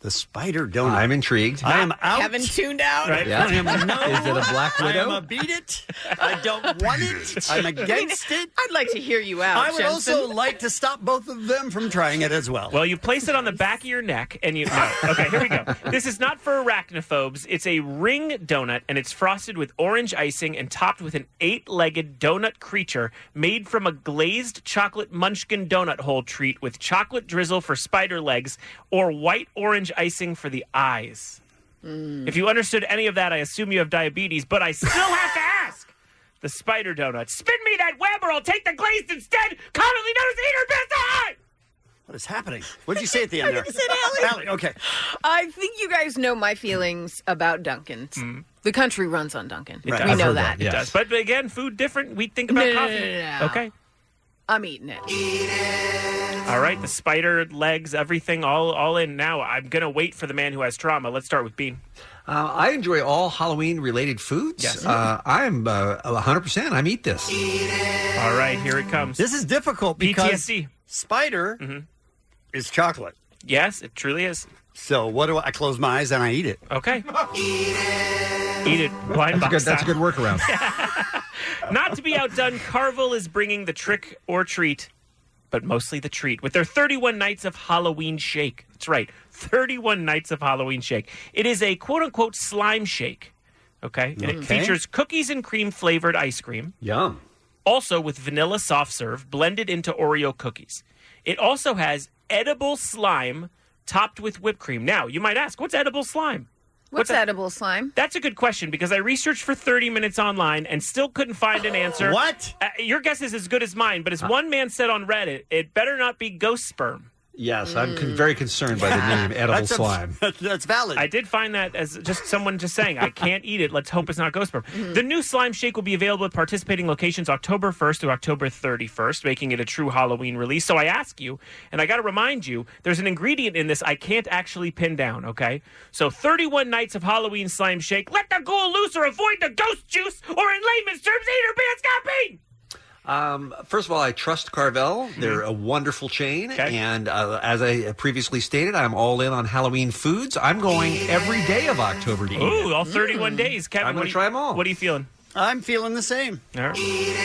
The spider donut. I'm intrigued. I am out. Haven't tuned out. Right? I am no. Is it a Black I am Widow? a beat it. I don't want it. I'm against it. I'd like to hear you out. I would also Jensen. like to stop both of them from trying it as well. Well, you place it on the back of your neck, and you. No. Okay, here we go. This is not for arachnophobes. It's a ring donut, and it's frosted with orange icing and topped with an eight legged donut creature made from a glazed chocolate munchkin donut hole treat with chocolate drizzle for spider legs or white orange icing for the eyes. Hmm. If you understood any of that, I assume you have diabetes, but I still have to ask. The spider donut. Spin me that web or I'll take the glazed instead. Commonly known as eater best eye! What is happening? What did you say at the end I there? think I said Allie. okay. I think you guys know my feelings about Dunkin'. The country runs on Dunkin'. Mm. It does. We know that. It does. But again, food different. We think No, about no, no, coffee. no, no. Okay. I'm eating it. All right. The spider legs, everything, all all in now. I'm gonna wait for the man who has trauma. Let's start with Bean. Uh, I enjoy all Halloween related foods. Yes. Uh, I'm uh, 100%. I'm eat this. All right, here it comes. This is difficult because PTSD. spider is chocolate. Mm-hmm. Yes, it truly is. So what do I, I close my eyes and I eat it? Okay. Eat it. Blind That's box a good, that's a style. good workaround. Not to be outdone, Carvel is bringing the trick or treat, but mostly the treat, with their 31 Nights of Halloween Shake. That's right, 31 Nights of Halloween Shake. It is a quote unquote slime shake, okay? And it Okay. features cookies and cream flavored ice cream, Yum. also with vanilla soft serve blended into Oreo cookies. It also has edible slime topped with whipped cream. Now, you might ask, what's edible slime? What's that? edible slime? That's a good question because I researched for 30 minutes online and still couldn't find an answer. What? Uh, your guess is as good as mine, but as one man said on Reddit, it better not be ghost sperm. Yes, I'm con- very concerned by the name edible That's a- slime. That's valid. I did find that as just someone just saying, I can't eat it. Let's hope it's not ghost sperm. Mm-hmm. The new slime shake will be available at participating locations October 1st through October 31st, making it a true Halloween release. So I ask you, and I got to remind you, there's an ingredient in this I can't actually pin down, okay? So 31 nights of Halloween slime shake. Let the ghoul loose or avoid the ghost juice, or in layman's terms, eat or be a scalping! Um, first of all, I trust Carvel. They're Mm-hmm. a wonderful chain. And uh, as I previously stated, I'm all in on Halloween foods. I'm going every day of October to eat. Mm. Ooh, all 31 days. Kevin, I'm what do going to you- try them all. What are you feeling? I'm feeling the same. All right.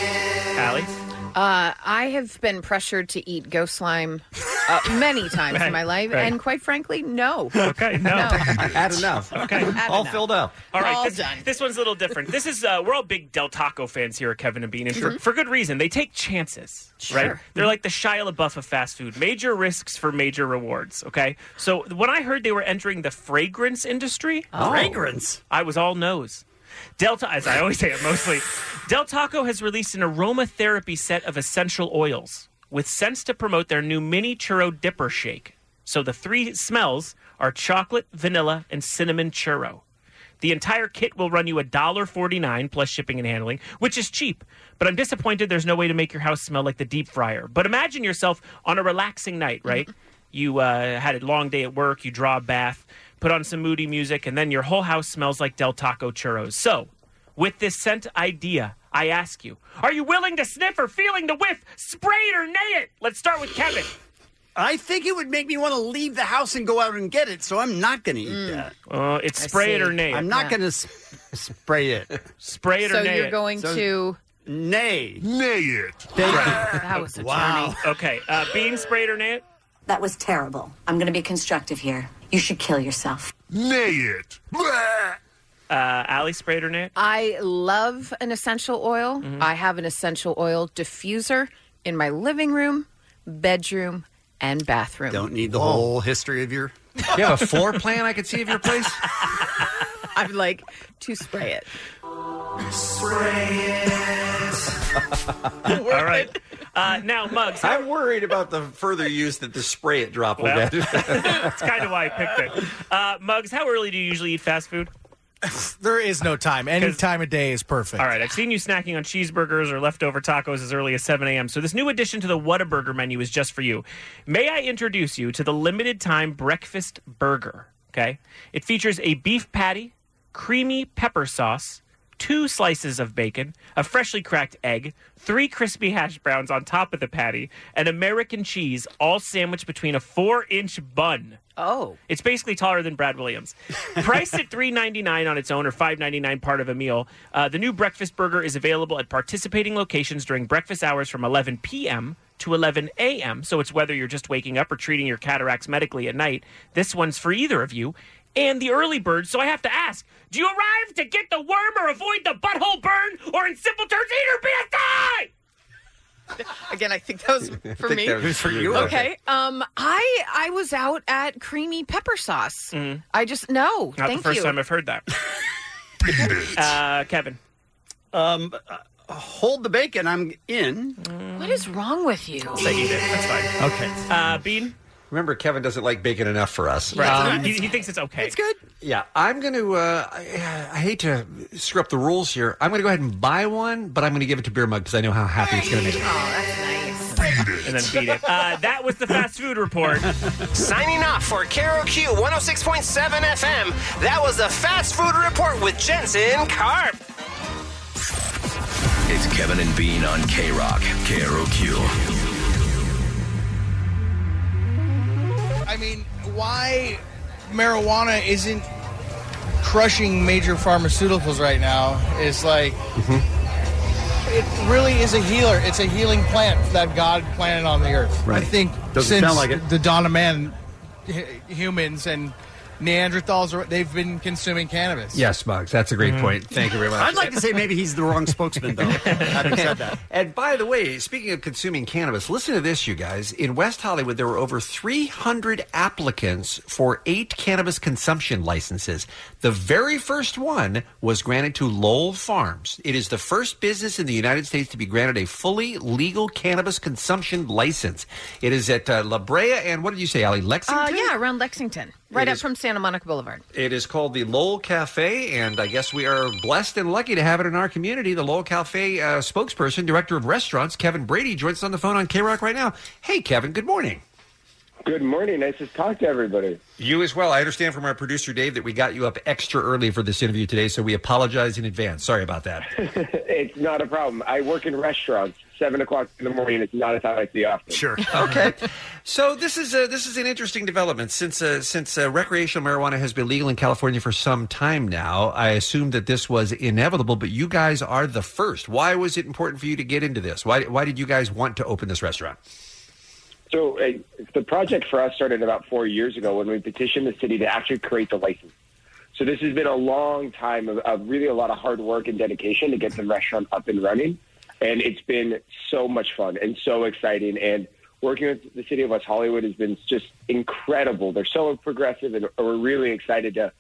Allie? Uh, I have been pressured to eat ghost slime uh, many times Right, in my life, right. and quite frankly, no. Okay, no. I had enough. Okay. all filled up. All right, All this, done. this one's a little different. This is uh, we're all big Del Taco fans here at Kevin and Bean, and for, for good reason. They take chances, right? Sure. They're like the Shia LaBeouf of fast food. Major risks for major rewards. Okay, so when I heard they were entering the fragrance industry, Fragrance? I was all nose. Delta, as I always say it mostly, Del Taco has released an aromatherapy set of essential oils with scents to promote their new mini churro dipper shake. So the three smells are chocolate, vanilla, and cinnamon churro. The entire kit will run you $1.49 plus shipping and handling, which is cheap. But I'm disappointed there's no way to make your house smell like the deep fryer. But imagine yourself on a relaxing Mm-hmm. night, right? You uh, had a long day at work, you draw a bath, put on some moody music, and then your whole house smells like Del Taco churros. So, with this scent idea, I ask you, are you willing to sniff or feeling the whiff, spray it or nay it? Let's start with Kevin. I think it would make me want to leave the house and go out and get it, so I'm not going to eat Mm. that. Uh, it's spray it or nay it. I'm not Yeah. going to spray it. Spray it or so nay you're it. going to. Nay. Nay it. Thank you. That was a wow. Okay. Uh, bean sprayed or nay it? That was terrible. I'm going to be constructive here. You should kill yourself. Nay it. Uh, Allie sprayed or nay it? I love an essential oil. Mm-hmm. I have an essential oil diffuser in my living room, bedroom, and bathroom. Don't need the whole history of your. You have a floor plan I could see of your place? I'm like to spray it. Spray All right. Uh, now, Mugs. I'm worried about the further use that the spray it drop will Well, get. That's kind of why I picked it. Uh, Mugs, how early do you usually eat fast food? There is no time. Any time of day is perfect. All right, I've seen you snacking on cheeseburgers or leftover tacos as early as 7 a.m. So this new addition to the Whataburger menu is just for you. May I introduce you to the limited time breakfast burger? Okay, it features a beef patty, creamy pepper sauce, two slices of bacon, a freshly cracked egg, three crispy hash browns on top of the patty, and American cheese, all sandwiched between a four-inch bun. Oh. It's basically taller than Brad Williams. Priced at three ninety nine on its own or five ninety nine part of a meal, uh, the new breakfast burger is available at participating locations during breakfast hours from eleven p.m. to eleven a.m. So it's whether you're just waking up or treating your cataracts medically at night. This one's for either of you. And the early bird, so I have to ask: Do you arrive to get the worm or avoid the butthole burn, or in simple terms, eat or be a die? Again, I think that was for think me. that was for you. Okay. Um, I I was out at creamy pepper sauce. Mm. I just no. Not thank the first you. time I've heard that. uh, Kevin. Um, uh, hold the bacon. I'm in. Mm. What is wrong with you? They eat it. That's fine. Okay. Uh, Bean. Remember, Kevin doesn't like bacon enough for us. Um, Right. he, he thinks it's okay. It's good. Yeah, I'm going to. Uh, I, I hate to screw up the rules here. I'm going to go ahead and buy one, but I'm going to give it to Beer Mug because I know how happy it's going to make him. and then beat it. Uh, that was the fast food report. Signing off for Carol Q 106.7 FM. That was the Fast Food Report with Jensen Carp. It's Kevin and Bean on K Rock, K R O Q. I mean, why marijuana isn't crushing major pharmaceuticals right now is like Mm-hmm. it really is a healer. It's a healing plant that God planted on the earth. Right. I think Doesn't since sound like it. the dawn of man, h- humans and Neanderthals are- they've been consuming cannabis. Yes, Muggs, that's a great Mm-hmm. Mm-hmm. point. Thank you very much. I'd like to say maybe he's the wrong spokesman, though. Having said that. And by the way, speaking of consuming cannabis, listen to this, you guys. In West Hollywood, there were over 300 applicants for eight cannabis consumption licenses. The very first one was granted to Lowell Farms. It is the first business in the United States to be granted a fully legal cannabis consumption license. It is at uh, La Brea and what did you say, Ali? Lexington? Uh, yeah, around Lexington, right up from Santa Monica Boulevard. It is called the Lowell Cafe, and I guess we are blessed and lucky to have it in our community. The Lowell Cafe uh, spokesperson, director of restaurants, Kevin Brady, joins us on the phone on K Rock right now. Hey, Kevin, good morning. Good morning. Nice to talk to everybody. You as well. I understand from our producer, Dave, that we got you up extra early for this interview today, so we apologize in advance. Sorry about that. it's not a problem. I work in restaurants. Seven o'clock in the morning It's not a time I see often. Sure. okay. So this is a, this is an interesting development since uh, since uh, recreational marijuana has been legal in California for some time now. I assume that this was inevitable, but you guys are the first. Why was it important for you to get into this? Why why did you guys want to open this restaurant? So uh, the project for us started about four years ago when we petitioned the city to actually create the license. So this has been a long time of, of really a lot of hard work and dedication to get the restaurant up and running, and it's been so much fun and so exciting. And working with the city of West Hollywood has been just incredible. They're so progressive, and we're really excited to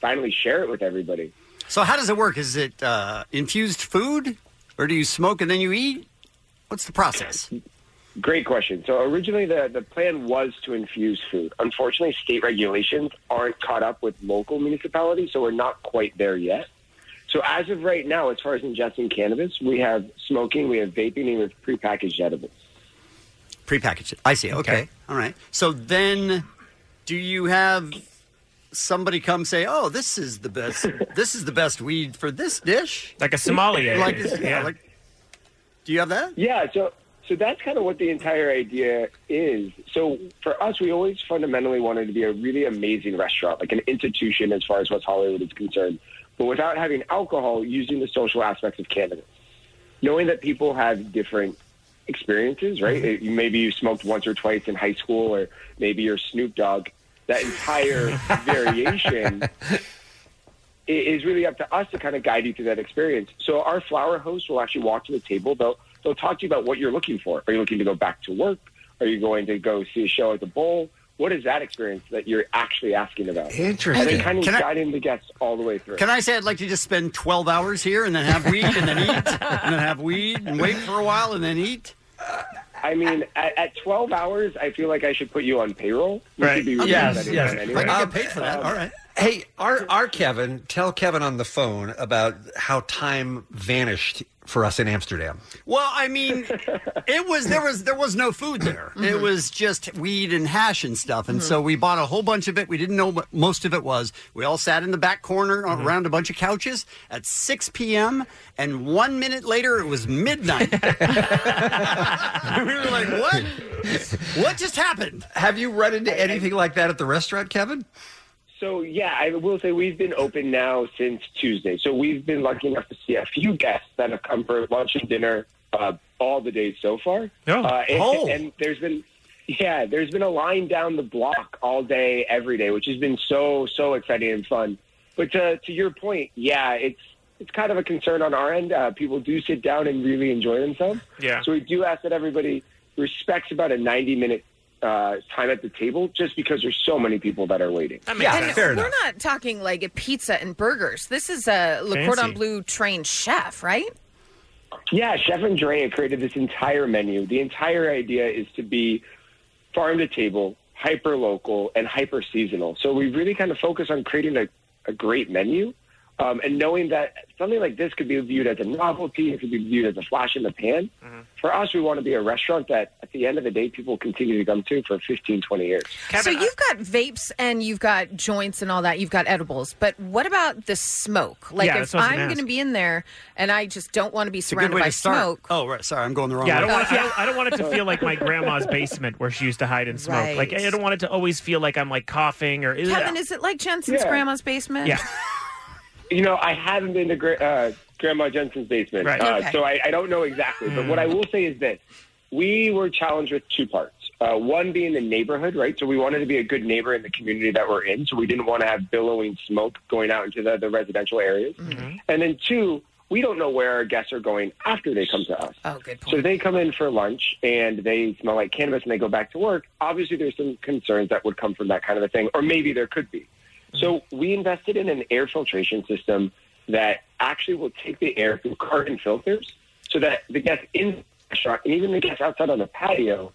finally share it with everybody. So how does it work? Is it uh, infused food, or do you smoke and then you eat? What's the process? Great question. So originally, the, the plan was to infuse food. Unfortunately, state regulations aren't caught up with local municipalities, so we're not quite there yet. So as of right now, as far as ingesting cannabis, we have smoking, we have vaping, and we have prepackaged edibles. Prepackaged. I see. Okay. All right. So then, do you have somebody come say, "Oh, this is the best. this is the best weed for this dish," like a sommelier. like, yeah, Yeah. like Do you have that? Yeah, so so that's kind of what the entire idea is. So for us, we always fundamentally wanted to be a really amazing restaurant, like an institution as far as West Hollywood is concerned, but without having alcohol, using the social aspects of cannabis, knowing that people have different experiences, right? Mm-hmm. It- Maybe you smoked once or twice in high school, or maybe you're Snoop Dogg. That entire variation it is really up to us to kind of guide you through that experience. So our flower host will actually walk to the table. They'll they'll talk to you about what you're looking for. Are you looking to go back to work? Are you going to go see a show at the bowl? What is that experience that you're actually asking about? Interesting. And then kind of Can I- guiding the guests all the way through. Can I say I'd like to just spend 12 hours here and then have weed and then eat and then have weed and wait for a while and then eat? I mean, at, at 12 hours, I feel like I should put you on payroll. You should be really Yes. good at yes. it anyway. Um, um, Hey, our our Kevin, tell Kevin on the phone about how time vanished for us in Amsterdam. Well, I mean, it was there was there was no food there. It was just weed and hash and stuff. And so we bought a whole bunch of it. We didn't know what most of it was. We all sat in the back corner around a bunch of couches at 6 p.m. And one minute later, it was midnight. we were like, "What? What just happened?" Have you run into anything like that at the restaurant, Kevin? So yeah, I will say we've been open now since Tuesday. So we've been lucky enough to see a few guests that have come for lunch and dinner uh, all the days so far. Yeah. Uh, and, Oh. and there's been yeah, there's been a line down the block all day, every day, which has been so so exciting and fun. But to to your point, yeah, it's it's kind of a concern on our end. Uh, people do sit down and really enjoy themselves. Yeah. So we do ask that everybody respects about a 90 minute uh, time at the table, just because there's so many people that are waiting. and we're not talking like a pizza and burgers. This is a Le Fancy. Cordon Bleu trained chef, right? Yeah, Chef Andrea created this entire menu. The entire idea is to be farm to table, hyper local, and hyper seasonal. So we really kind of focus on creating a, a great menu um, and knowing that something like this could be viewed as a novelty, it could be viewed as a flash in the pan. For us, we want to be a restaurant that at the end of the day, people continue to come to for 15, 20 years. so you've got vapes and you've got joints and all that. You've got edibles, but what about the smoke? Like Yeah, if that's what I was I'm gonna going to ask. be in there and I just don't want to be It's a good surrounded way by to start. smoke. Oh, right. Sorry, I'm going the wrong Yeah, I way. don't, want it to feel, I don't want it to feel like my grandma's basement where she used to hide and smoke. Like Right. I don't want it to always feel like I'm like coughing or. Kevin, is it like Jensen's Yeah. grandma's basement? Yeah. You know, I haven't been to gra- uh, Grandma Jensen's basement, Right. uh, Okay. so I, I don't know exactly. But Hmm. what I will say is this: we were challenged with two parts. Uh, one being the neighborhood, right? So we wanted to be a good neighbor in the community that we're in, so we didn't want to have billowing smoke going out into the, the residential areas. mm-hmm. And then two, we don't know where our guests are going after they come to us. Oh, good point. So they come in for lunch and they smell like cannabis and they go back to work. Obviously, there's some concerns that would come from that kind of a thing, or maybe there could be. So Mm-hmm. we invested in an air filtration system that actually will take the air through carton filters so that the guests in the restaurant and even the guests outside on the patio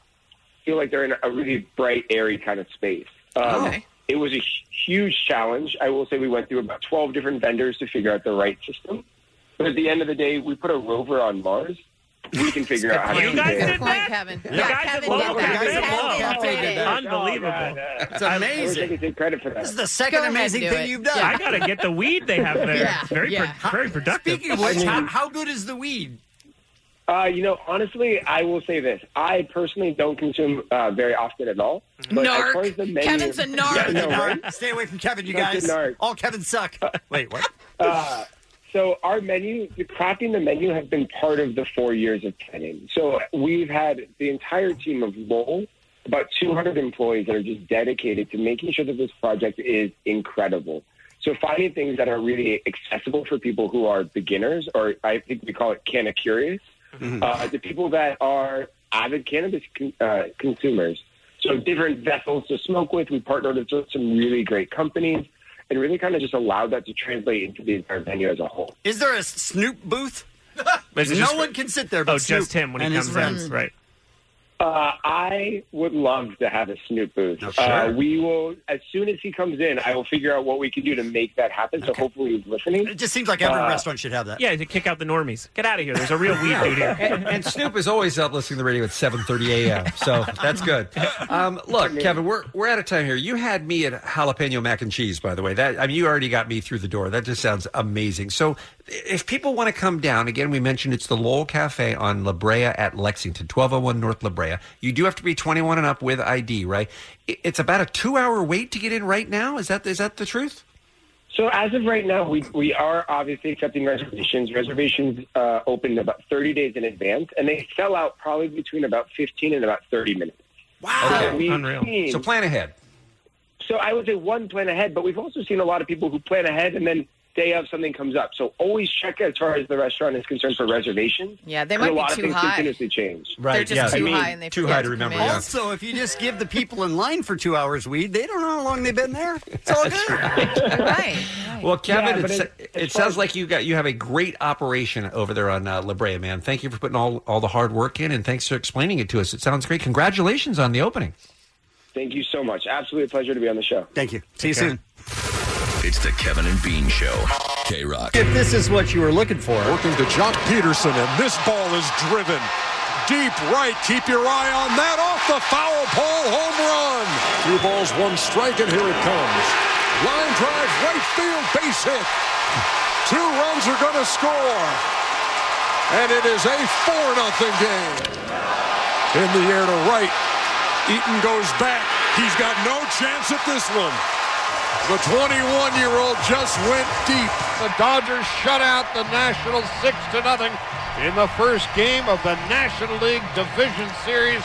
feel like they're in a really bright, airy kind of space. Um, It was a hu- huge challenge. I will say we went through about 12 different vendors to figure out the right system. But at the end of the day, we put a rover on Mars. We can figure out how to do Good it. point, Kevin. Yeah. Yeah, You guys did Kevin did well. that. You guys did well. Kevin I'll take did it. it. Unbelievable. It's amazing. I, I can take credit for that. This is the second Go ahead, amazing do thing it. you've done. I gotta get the weed they have there. Yeah, It's very pro- yeah. very productive. Speaking of which, how, how good is the weed? Uh, you know, honestly, I will say this. I personally don't consume uh, very often at all. But As far as the menu, Yeah, I know, right? Stay away from Kevin, you Such a guys. narc. All Kevin suck. Wait, what? Uh, so our menu, the crafting the menu has been part of the four years of planning. So we've had the entire team of Lowell, about 200 employees that are just dedicated to making sure that this project is incredible. So finding things that are really accessible for people who are beginners, or I think we call it canna curious, uh, to people that are avid cannabis con- uh, consumers. So different vessels to smoke with. We partnered with some really great companies and really kind of just allowed that to translate into the entire venue as a whole. Is there a Snoop booth? Is it no just- one can sit there. But Oh, just Snoop him when he and his comes friends. in. Right. Uh, I would love to have a Snoop booth. uh, we will, as soon as he comes in, I will figure out what we can do to make that happen. So hopefully he's listening. Uh, It just seems should have that. Uh, Yeah, to kick out the normies. Get out of here. There's a real weed dude here. and, and Snoop is always up listening to the radio at 7:30 a.m. So that's good. Um, look, Kevin, we're we're out of time here. You had me at jalapeno mac and cheese, by the way. That I mean, you already got me through the door. That just sounds amazing. So, if people want to come down, again, we mentioned it's the Lowell Cafe on La Brea at Lexington, 1201 North La Brea. You do have to be 21 and up with ID, right? I- It's about a two-hour wait to get in right now. Is that is that the truth? So as of right now, we, we are obviously accepting reservations. Reservations uh, open about 30 days in advance, and they sell out probably between about 15 and about 30 minutes. Wow. So plan ahead. So I would say one plan ahead, but we've also seen a lot of people who plan ahead and then day of something comes up. So always check as far as the restaurant is concerned for reservations. Yeah, they 'cause might a be lot of too things high. continuously change. Right, They're just yeah. too high and they too forget high to to remember, in. yeah. Also, if you just give the people in line for two hours weed, they don't know how long they've been there. It's all good. Well, Kevin, Yeah, but it's, uh, it- it, sounds like you got you have a great operation over there on uh, La Brea, man. Thank you for putting all all the hard work in, and thanks for explaining it to us. It sounds great. Congratulations on the opening. Thank you so much. Absolutely a pleasure to be on the show. Thank you. See you soon. It's the Kevin and Bean Show. K Rock. If this is what you were looking for, Working to Jock Peterson, and this ball is driven deep right. Keep your eye on that off the foul pole home run. Two balls, one strike, and here it comes. Line drive, right field, base hit. Two runs are going to score, and it is a four nothing game. In the air to right, Eaton goes back. He's got no chance at this one. The 21 year old just went deep. The Dodgers shut out the Nationals six to nothing in the first game of the National League Division Series.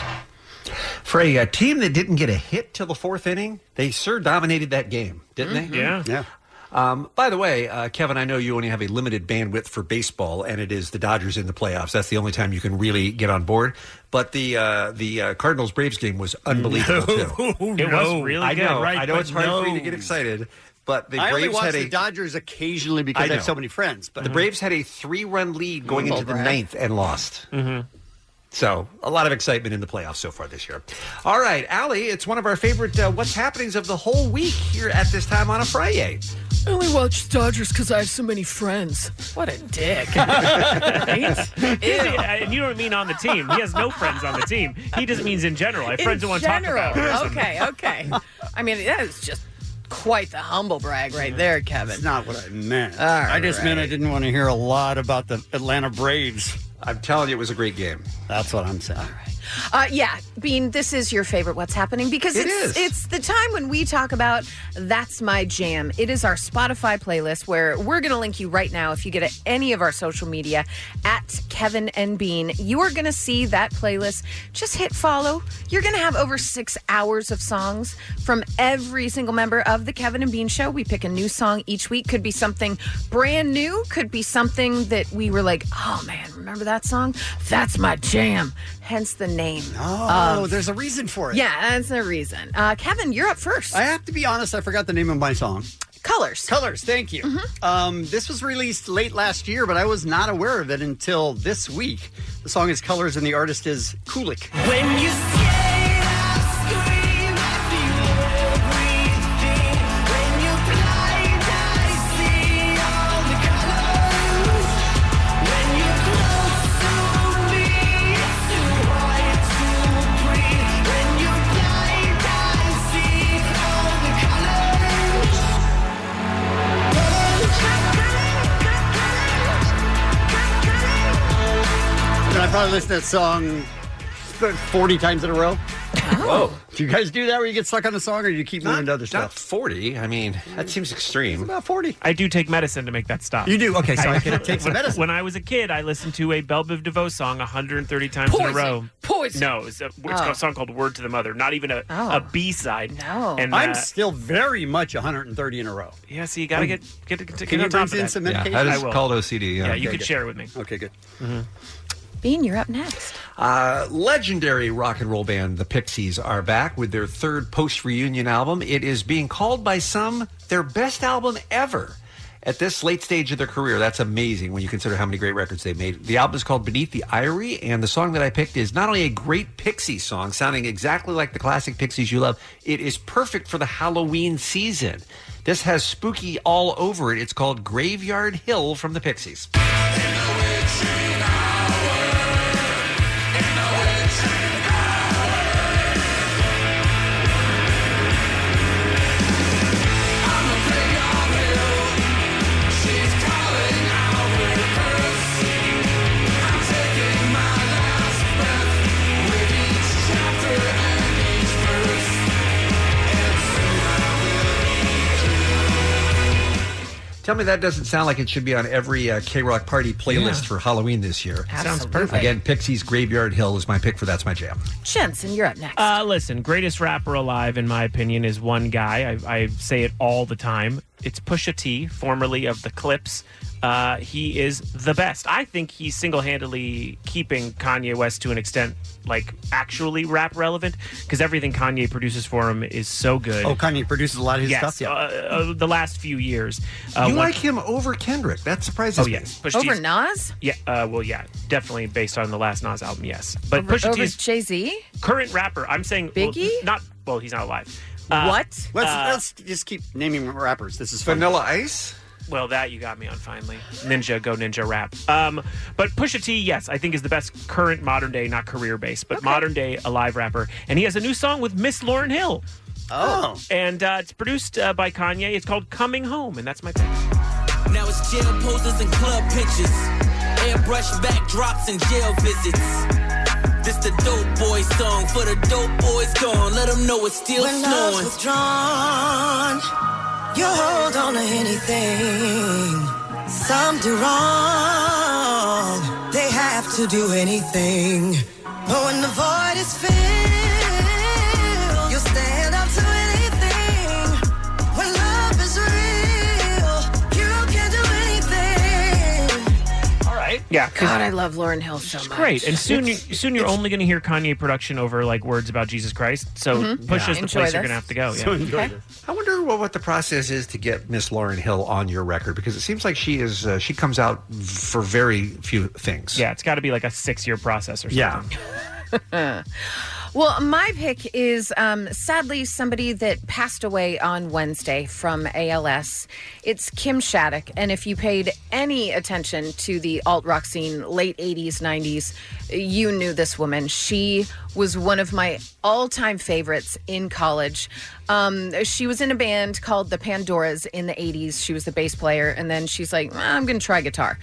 For a, uh team that didn't get a hit till the fourth inning, they sure dominated that game, didn't Mm-hmm. Mhm. they? Yeah. yeah. Um, by the way, uh, Kevin, I know you only have a limited bandwidth for baseball, and it is the Dodgers in the playoffs. That's the only time you can really get on board. But the uh, the uh, Cardinals Braves game was unbelievable too. It was no. really I good, know, right, I know but it's hard for you no. to get excited, but the I only Braves watch had a the Dodgers occasionally because I, know. have so many friends. But the Braves had a three run lead going Mm. into the Right. ninth and lost. Mm-hmm. Mhm. So a lot of excitement in the playoffs so far this year. All right, Allie, it's one of our favorite uh, what's happenings of the whole week here at this time on a Friday. I only watch Dodgers because I have so many friends. What a dick. Right? uh, and you don't mean on the team. He has no friends on the team. He just means in general. I have In friends who want to talk general. about it or something. Okay, okay. I mean, that is just quite the humble brag right there, Kevin. It's not what I meant. I just meant I didn't want to hear a lot about the Atlanta Braves. I'm telling you, it was a great game. That's what I'm saying. Uh, yeah, Bean, this is your favorite What's Happening because It is. it's it's the time when we talk about That's My Jam. It is our Spotify playlist where we're going to link you right now if you get at any of our social media at Kevin and Bean. You are going to see that playlist. Just hit follow. You're going to have over six hours of songs from every single member of the Kevin and Bean Show. We pick a new song each week. Could be something brand new, could be something that we were like, oh man, remember that song? That's my jam. Hence the name. Oh, of- there's a reason for it. Yeah, that's the reason. Uh, Kevin, you're up first. I have to be honest, I forgot the name of my song. Colors. Colors, thank you. Um, this was released late last year, but I was not aware of it until this week. The song is Colors and the artist is Kulik. When you And I probably listened to that song 40 times in a row. Whoa. Do you guys do that where you get stuck on a song or do you keep moving to other Not stuff? 40. I mean, that seems extreme. about 40. I do take medicine to make that stop. Ah, You do? Okay, so I can take some when- medicine. When I was a kid, I listened to a Belle Biv DeVoe song 130 times in Poison. a row. Poison. No, it's a, it's Oh. a song called Word to the Mother. Not even a Oh. a B-side. No. And, I'm uh, still very much 130 in a row. Yeah, so you got to I'm- get get, get, get Can you on top of bring in that. some Yeah, medication? that I is will. called OCD. Yeah, Yeah, you okay, could good. share it with me. Okay, good. Mm-hmm. Bean, you're up next. Uh, legendary rock and roll band The Pixies are back with their third post reunion album. It is being called by some their best album ever. At this late stage of their career, that's amazing when you consider how many great records they made. The album is called Beneath the Eyrie, and the song that I picked is not only a great Pixie song, sounding exactly like the classic Pixies you love, it is perfect for the Halloween season. This has spooky all over it. It's called Graveyard Hill from the Pixies. Tell me that doesn't sound like it should be on every uh, K Rock Party playlist Yeah. for Halloween this year. Sounds perfect. Again, Pixies Graveyard Hill is my pick for That's My Jam. Jensen, you're up next. Uh, listen, greatest rapper alive, in my opinion, is one guy. I, I say it all the time. It's Pusha T, formerly of the Clips. Uh, he is the best. I think he's single handedly keeping Kanye West to an extent, like actually rap relevant, because everything Kanye produces for him is so good. Oh, Kanye produces a lot of his yes, stuff, yeah. Uh, uh, the last few years. Uh, you one- like him over Kendrick? That surprises Oh me. yes, Pusha Over T's- Nas? Yeah, uh, well, yeah, definitely based on the last Nas album. Yes, but over, Pusha T over is Jay Z? current rapper. I'm saying well, Biggie? not well, he's not alive. Uh, What? Let's let's just keep naming rappers. This is fun. Vanilla Ice. Well, that you got me on finally. Ninja, go ninja rap. Um, but Pusha T, yes, I think is the best current modern day, not career based, but modern day alive rapper. And he has a new song with Miss Lauren Hill. Oh. And uh, it's produced uh, by Kanye. It's called Coming Home, and that's my pick. Now it's jail poses and club pictures. Airbrush backdrops and jail visits. This the dope boy song for the dope boys gone. Let 'em know it's still when love's snowing. withdrawn, you hold on to anything. Some do wrong, they have to do anything. But when the void is filled, you stand up to anything. When love is real, you can do anything. All right. Yeah. God, I love Lauren Hill so much. Great. And soon, you, It's- soon you're only going to hear Kanye production over like words about Jesus Christ. So Mhm. Push Yeah. is the Enjoy place you're going this. to have to go. Yeah. I wonder what, what the process is to get Miss Lauren Hill on your record because it seems like she is uh, she comes out v- for very few things. Yeah, it's got to be like a six year process or something. Yeah. Well, my pick is um, sadly somebody that passed away on Wednesday from ALS. It's Kim Shattuck. And if you paid any attention to the alt rock scene, late 80s, 90s, you knew this woman. She was one of my all time favorites in college. Um, she was in a band called the Pandoras in the 80s. She was the bass player. And then she's like, "Ah, I'm going to try guitar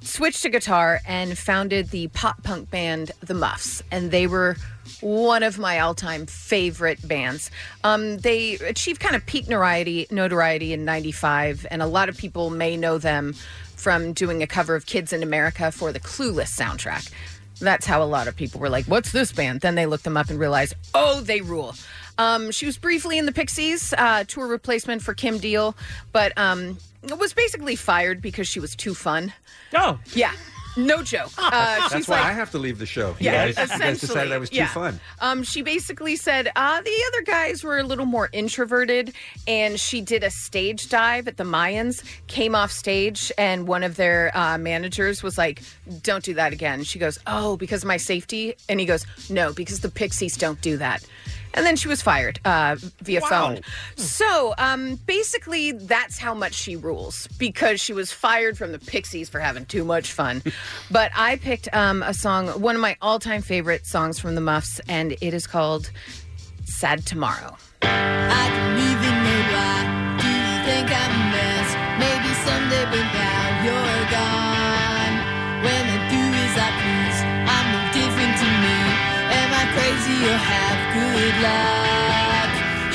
switched to guitar and founded the pop punk band The Muffs, and they were one of my all-time favorite bands. Um, they achieved kind of peak notoriety, notoriety in '95, and a lot of people may know them from doing a cover of "Kids in America" for the Clueless soundtrack. That's how a lot of people were like, "What's this band?" Then they looked them up and realized, "Oh, they rule." Um, she was briefly in the Pixies, uh, tour replacement for Kim Deal, but um, was basically fired because she was too fun. Oh. Yeah. No joke. Uh, That's she's why like, I have to leave the show. Yeah, you guys, you guys decided essentially, I was too yeah. fun. um, she basically said uh, the other guys were a little more introverted, and she did a stage dive at the Mayans, came off stage, and one of their uh, managers was like, Don't do that again. She goes, Oh, because of my safety? And he goes, No, because the Pixies don't do that. And then she was fired uh, via Wow. phone. So um, basically, that's how much she rules because she was fired from the Pixies for having too much fun. but I picked um, a song, one of my all time favorite songs from the Muffs, and it is called Sad Tomorrow. Don't even know why. Do you think I'm a mess? Maybe someday, but now you're gone. When I do as I please, I'm no different to me. Am I crazy or have good luck?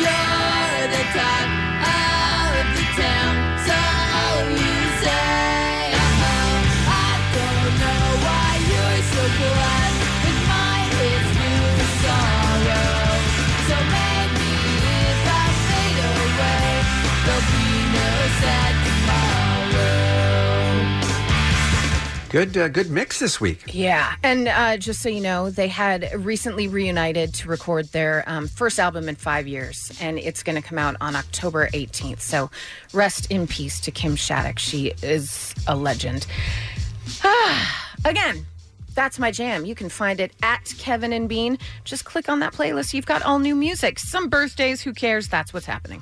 You're the top of the town, so you say. Oh, I don't know why you're so blind. But mine is new sorrow. So maybe if I fade away, there'll be no sad tomorrow. Good, uh, good mix this week. Yeah, and uh, just so you know, they had recently reunited to record their um, first album in five years, and it's going to come out on October 18th. So, rest in peace to Kim Shattuck. She is a legend. Again, that's my jam. You can find it at Kevin and Bean. Just click on that playlist. You've got all new music, some birthdays. Who cares? That's what's happening.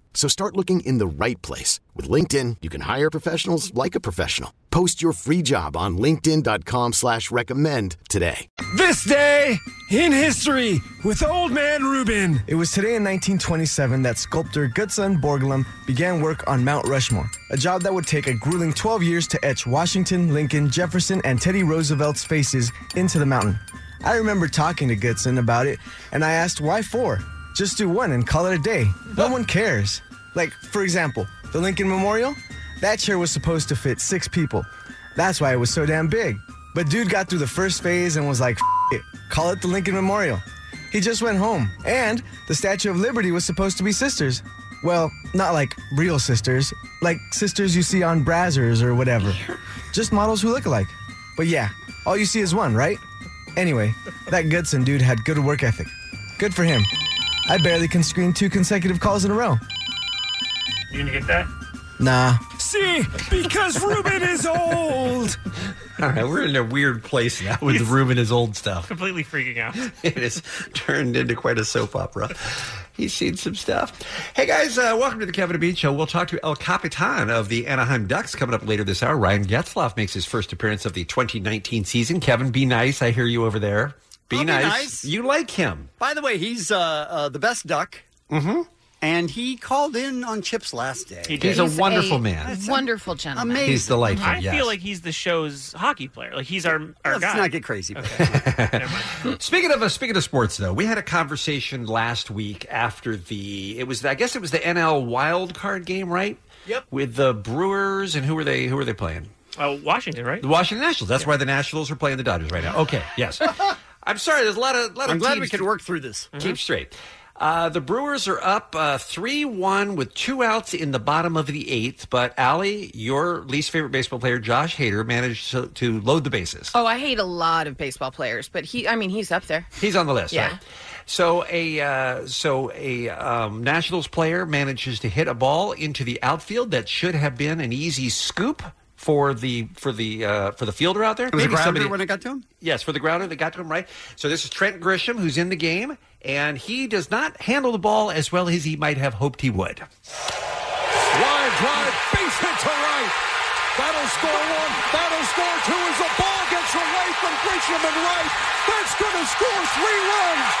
So start looking in the right place. With LinkedIn, you can hire professionals like a professional. Post your free job on linkedin.com slash recommend today. This day in history with Old Man Reuben. It was today in 1927 that sculptor Gutzon Borglum began work on Mount Rushmore, a job that would take a grueling 12 years to etch Washington, Lincoln, Jefferson, and Teddy Roosevelt's faces into the mountain. I remember talking to Gutzon about it, and I asked why four? Just do one and call it a day. No one cares. Like, for example, the Lincoln Memorial? That chair was supposed to fit six people. That's why it was so damn big. But dude got through the first phase and was like, F- it, call it the Lincoln Memorial. He just went home. And the Statue of Liberty was supposed to be sisters. Well, not like real sisters, like sisters you see on Brazzers or whatever. Just models who look alike. But yeah, all you see is one, right? Anyway, that Goodson dude had good work ethic. Good for him. I barely can screen two consecutive calls in a row. You gonna get that? Nah. See, because Ruben is old. All right, we're in a weird place now with Ruben is old stuff. Completely freaking out. It has turned into quite a soap opera. He's seen some stuff. Hey guys, uh, welcome to the Kevin and Bean Show. We'll talk to El Capitan of the Anaheim Ducks coming up later this hour. Ryan Getzloff makes his first appearance of the 2019 season. Kevin, be nice. I hear you over there. Be, I'll be nice. nice. You like him. By the way, he's uh, uh, the best duck. Mm-hmm. And he called in on Chips last day. He's a wonderful man. Wonderful gentleman. Amazing. He's delightful, I yes. feel like he's the show's hockey player. Like he's our our Let's guy. not get crazy. but- Speaking of uh, speaking of sports, though, we had a conversation last week after the it was I guess it was the NL wild card game, right? Yep. With the Brewers and who were they? Who were they playing? Uh, Washington, right? The Washington Nationals. That's why the Nationals are playing the Dodgers right now. Okay. Yes. I'm sorry. There's a lot of. Lot I'm of glad teams we could to- work through this. Keep straight. Uh, the Brewers are up uh, three one with two outs in the bottom of the eighth. But Allie, your least favorite baseball player, Josh Hader, managed to, to load the bases. Oh, I hate a lot of baseball players, but he, I mean, he's up there. He's on the list. Yeah. Right? So a uh, so a um, Nationals player manages to hit a ball into the outfield that should have been an easy scoop for the for the uh, for the fielder out there. It was a Maybe grounder somebody- when it got to him? Yes, for the grounder that got to him right. So this is Trent Grisham who's in the game, and he does not handle the ball as well as he might have hoped he would. Wide drive, base hit to right. That'll score one. That'll score two as the ball gets away from Grisham and right. That's going to score three runs.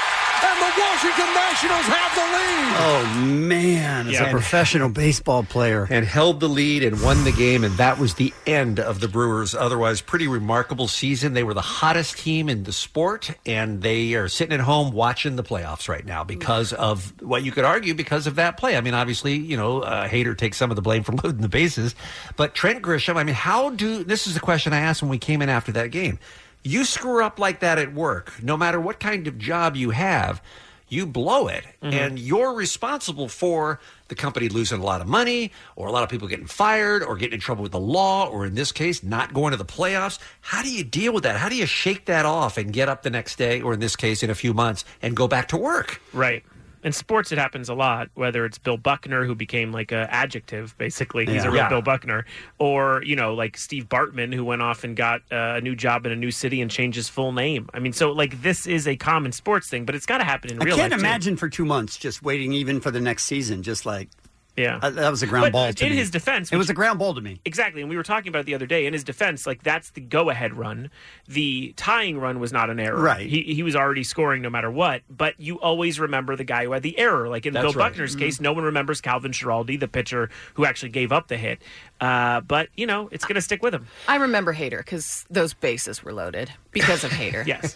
And the Washington Nationals have the lead. Oh man, as Yeah. a professional baseball player. and held the lead and won the game. And that was the end of the Brewers' otherwise pretty remarkable season. They were the hottest team in the sport, and they are sitting at home watching the playoffs right now because of what you could argue because of that play. I mean, obviously, you know, uh, Hader takes some of the blame for loading the bases, but Trent Grisham. I mean, how do this is the question I asked when we came in after that game. You screw up like that at work, no matter what kind of job you have you blow it and you're responsible for the company losing a lot of money or a lot of people getting fired or getting in trouble with the law or in this case not going to the playoffs how do you deal with that how do you shake that off and get up the next day or in this case in a few months and go back to work Right. In sports, it happens a lot. Whether it's Bill Buckner, who became like a adjective, basically, he's Yeah. a real Yeah. Bill Buckner, or you know, like Steve Bartman, who went off and got uh, a new job in a new city and changed his full name. I mean, so like this is a common sports thing, but it's got to happen in I real can't life. too. imagine for two months just waiting even for the next season, just like uh, Yeah, that, that was a ground But ball. To in me. his defense, it which- was a ground ball to me. Exactly. And we were talking about it the other day. In his defense, like that's the go ahead run. The tying run was not an error. Right. He, he was already scoring no matter what, but you always remember the guy who had the error. Like in That's Bill right. Buckner's Mhm. case, no one remembers Calvin Schiraldi, the pitcher who actually gave up the hit. Uh, but, you know, it's going to stick with him. I remember Hater because those bases were loaded because of Hater. yes.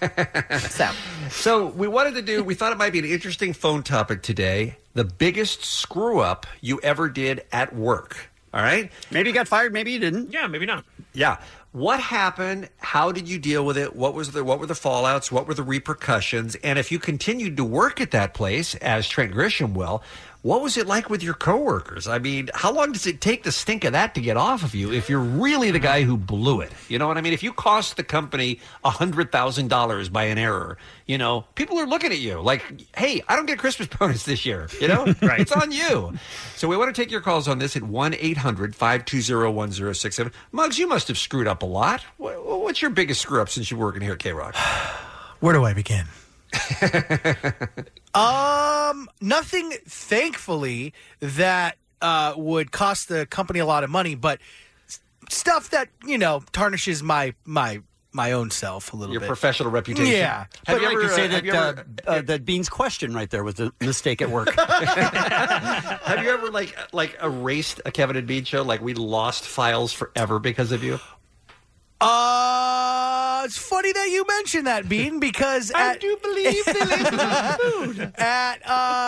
So So we wanted to do. We thought it might be an interesting phone topic today. The biggest screw up you ever did at work. All right. Maybe you got fired. Maybe you didn't. Yeah. Maybe not. Yeah. What happened? How did you deal with it? What was the what were the fallouts? What were the repercussions? And if you continued to work at that place, as Trent Grisham will, what was it like with your coworkers? I mean, how long does it take the stink of that to get off of you if you're really the guy who blew it? You know what I mean? If you cost the company hundred thousand dollars by an error, you know, people are looking at you like, hey, I don't get a Christmas bonus this year. You know? right. It's on you. So we want to take your calls on this at 1 800 520 1067. Muggs, you must have screwed up a lot. Wha- What's your biggest screw up since you're working here at K Rock? Where do I begin? um, nothing, thankfully, that uh, would cost the company a lot of money, but s- stuff that you know tarnishes my my my own self a little Your bit. professional reputation. Yeah, Have you ever, say uh, have that, you uh, ever- uh, that Bean's question right there was a mistake at work. Have you ever like like erased a Kevin and Bean show? Like we lost files forever because of you? Uh, it's funny that you mentioned that, Bean, because I do believe they live in food. At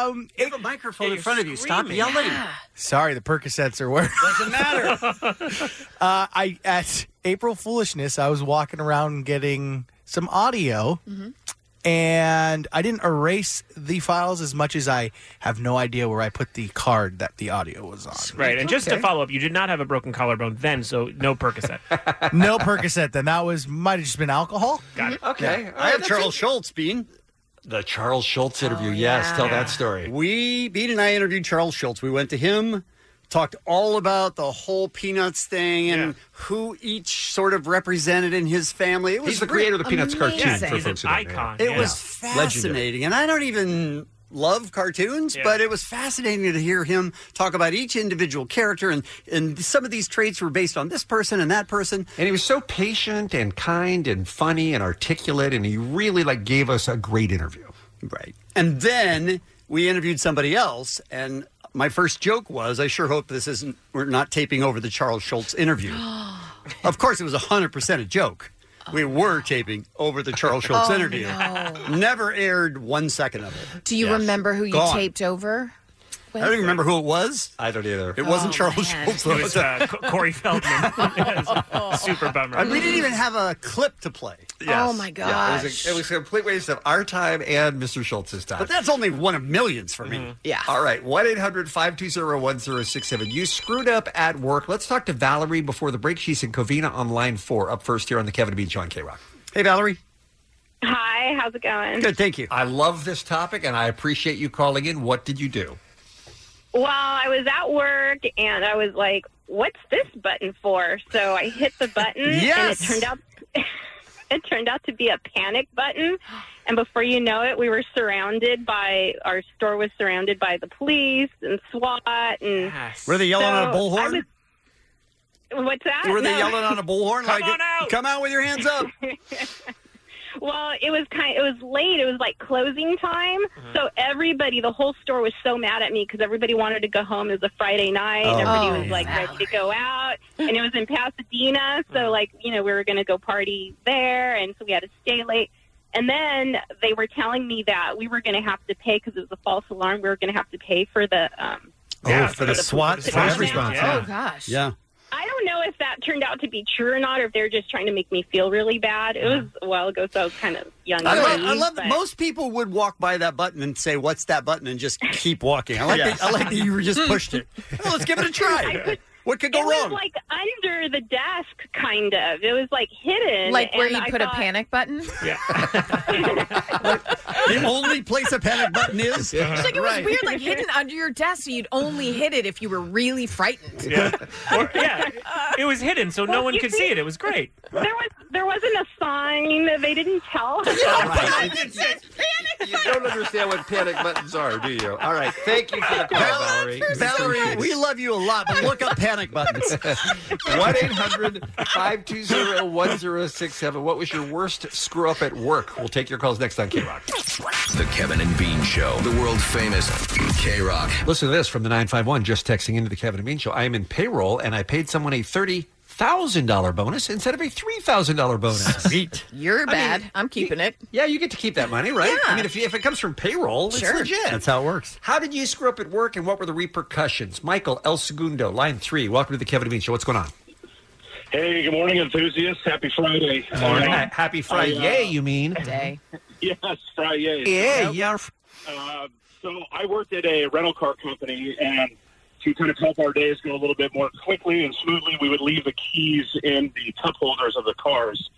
um, you have a microphone in front of you. Stop screaming. yelling. sorry, the Percocets are where. Doesn't matter. Uh, I at April Foolishness, I was walking around getting some audio, Mm-hmm. and I didn't erase the files as much as I have no idea where I put the card that the audio was on. Right. And just to Okay. follow up, you did not have a broken collarbone then, so no Percocet. no Percocet. Then that was might have just been alcohol. Got it. Okay. Yeah. I have Charles Schultz, Bean. The Charles Schultz Oh, interview. yes, tell that story. We, Bean and I interviewed Charles Schultz. We went to him, talked all about the whole Peanuts thing and who each sort of represented in his family. It was He's the creator of the Peanuts cartoon, for He's an folks who don't know. icon, It yeah. was Yeah. fascinating. And I don't even love cartoons, Yeah. but it was fascinating to hear him talk about each individual character. And, and some of these traits were based on this person and that person. And he was so patient and kind and funny and articulate, and he really like gave us a great interview. Right. And then we interviewed somebody else, and my first joke was, I sure hope this isn't, we're not taping over the Charles Schultz interview. of course, it was 100% a joke. We were taping over the Charles Schultz Oh, interview. no. Never aired one second of it. do you Yes. remember who you Gone. taped over? I don't even remember who it was. I don't either. It wasn't Oh, Charles man. Schultz. It was, uh, Corey Feldman. Super bummer. Oh. we didn't even have a clip to play. Yes. Yeah, it, was a, it was a complete waste of our time and Mr. Schultz's time. Mm-hmm. But that's only one of millions for me. Yeah. All right. 1 800 520 1067. You screwed up at work. Let's talk to Valerie before the break. She's in Covina on line four, up first here on the Kevin and Bean Show on K Rock. Hey, Valerie. Hi, how's it going? Good. Thank you. I love this topic and I appreciate you calling in. What did you do? Well, I was at work and I was like, "What's this button for?" So I hit the button, and Yes! it turned out it turned out to be a panic button. And before you know it, we were surrounded by our store was surrounded by the police and SWAT and Were they yelling on a So I bullhorn? was- What's that? Were they No. yelling on a bullhorn? Come like, on out! Come out with your hands up. Well, it was kind. It was late. It was like closing time. Uh-huh. So everybody, the whole store was so mad at me because everybody wanted to go home. It was a Friday night. Oh, everybody man. was like ready to go out, and it was in Pasadena. Uh-huh. So like you know we were going to go party there, and so we had to stay late. And then they were telling me that we were going to have to pay because it was a false alarm. We were going to have to pay for the. Um, oh, for the SWAT SWAT response, yeah. Oh, gosh. Yeah. I don't know if that turned out to be true or not, or if they were just trying to make me feel really bad. It was a while ago, so I was kind of young. Uh-huh. I and love, I naive, love that but- most people would walk by that button and say, "What's that button?" and just keep walking. I like Yeah. that, I like that you were just pushed it. Well, let's give it a try. what could go it was wrong? like under the desk, kind of. It was like hidden, Like where and you I put a thought- panic button? the only place a panic button is. It's like it was weird, like hidden under your desk, so you'd only hit it if you were really frightened. Yeah. Or, yeah. It was hidden, so no Well, one you could see- see it. It was great. There was there wasn't a sign. They didn't tell. You don't understand what panic buttons are, do you? All right. Thank you for the call, Valerie. Valerie, we love you a lot, but look up panic buttons. 1 800 520 1067. What was your worst screw up at work? We'll take your calls next on K Rock. The Kevin and Bean Show, the world famous K Rock. Listen to this from the 951 just texting into the Kevin and Bean Show. I am in payroll and I paid someone a $30,000 bonus instead of a $3,000 bonus. Sweet. You're bad. I'm keeping it. Yeah, you get to keep that money, right? I mean, if, you, if it comes from payroll, Sure. it's legit. That's how it works. How did you screw up at work and what were the repercussions? Michael El Segundo, line three. Welcome to the Kevin and Bean Show. What's going on? Hey, good morning, enthusiasts. Happy Friday. uh, Morning. Happy Friday, you mean? Day. yes, Friday. Yeah, yeah. Uh, so I worked at a rental car company, and to kind of help our days go a little bit more quickly and smoothly, we would leave the keys in the cup holders of the cars.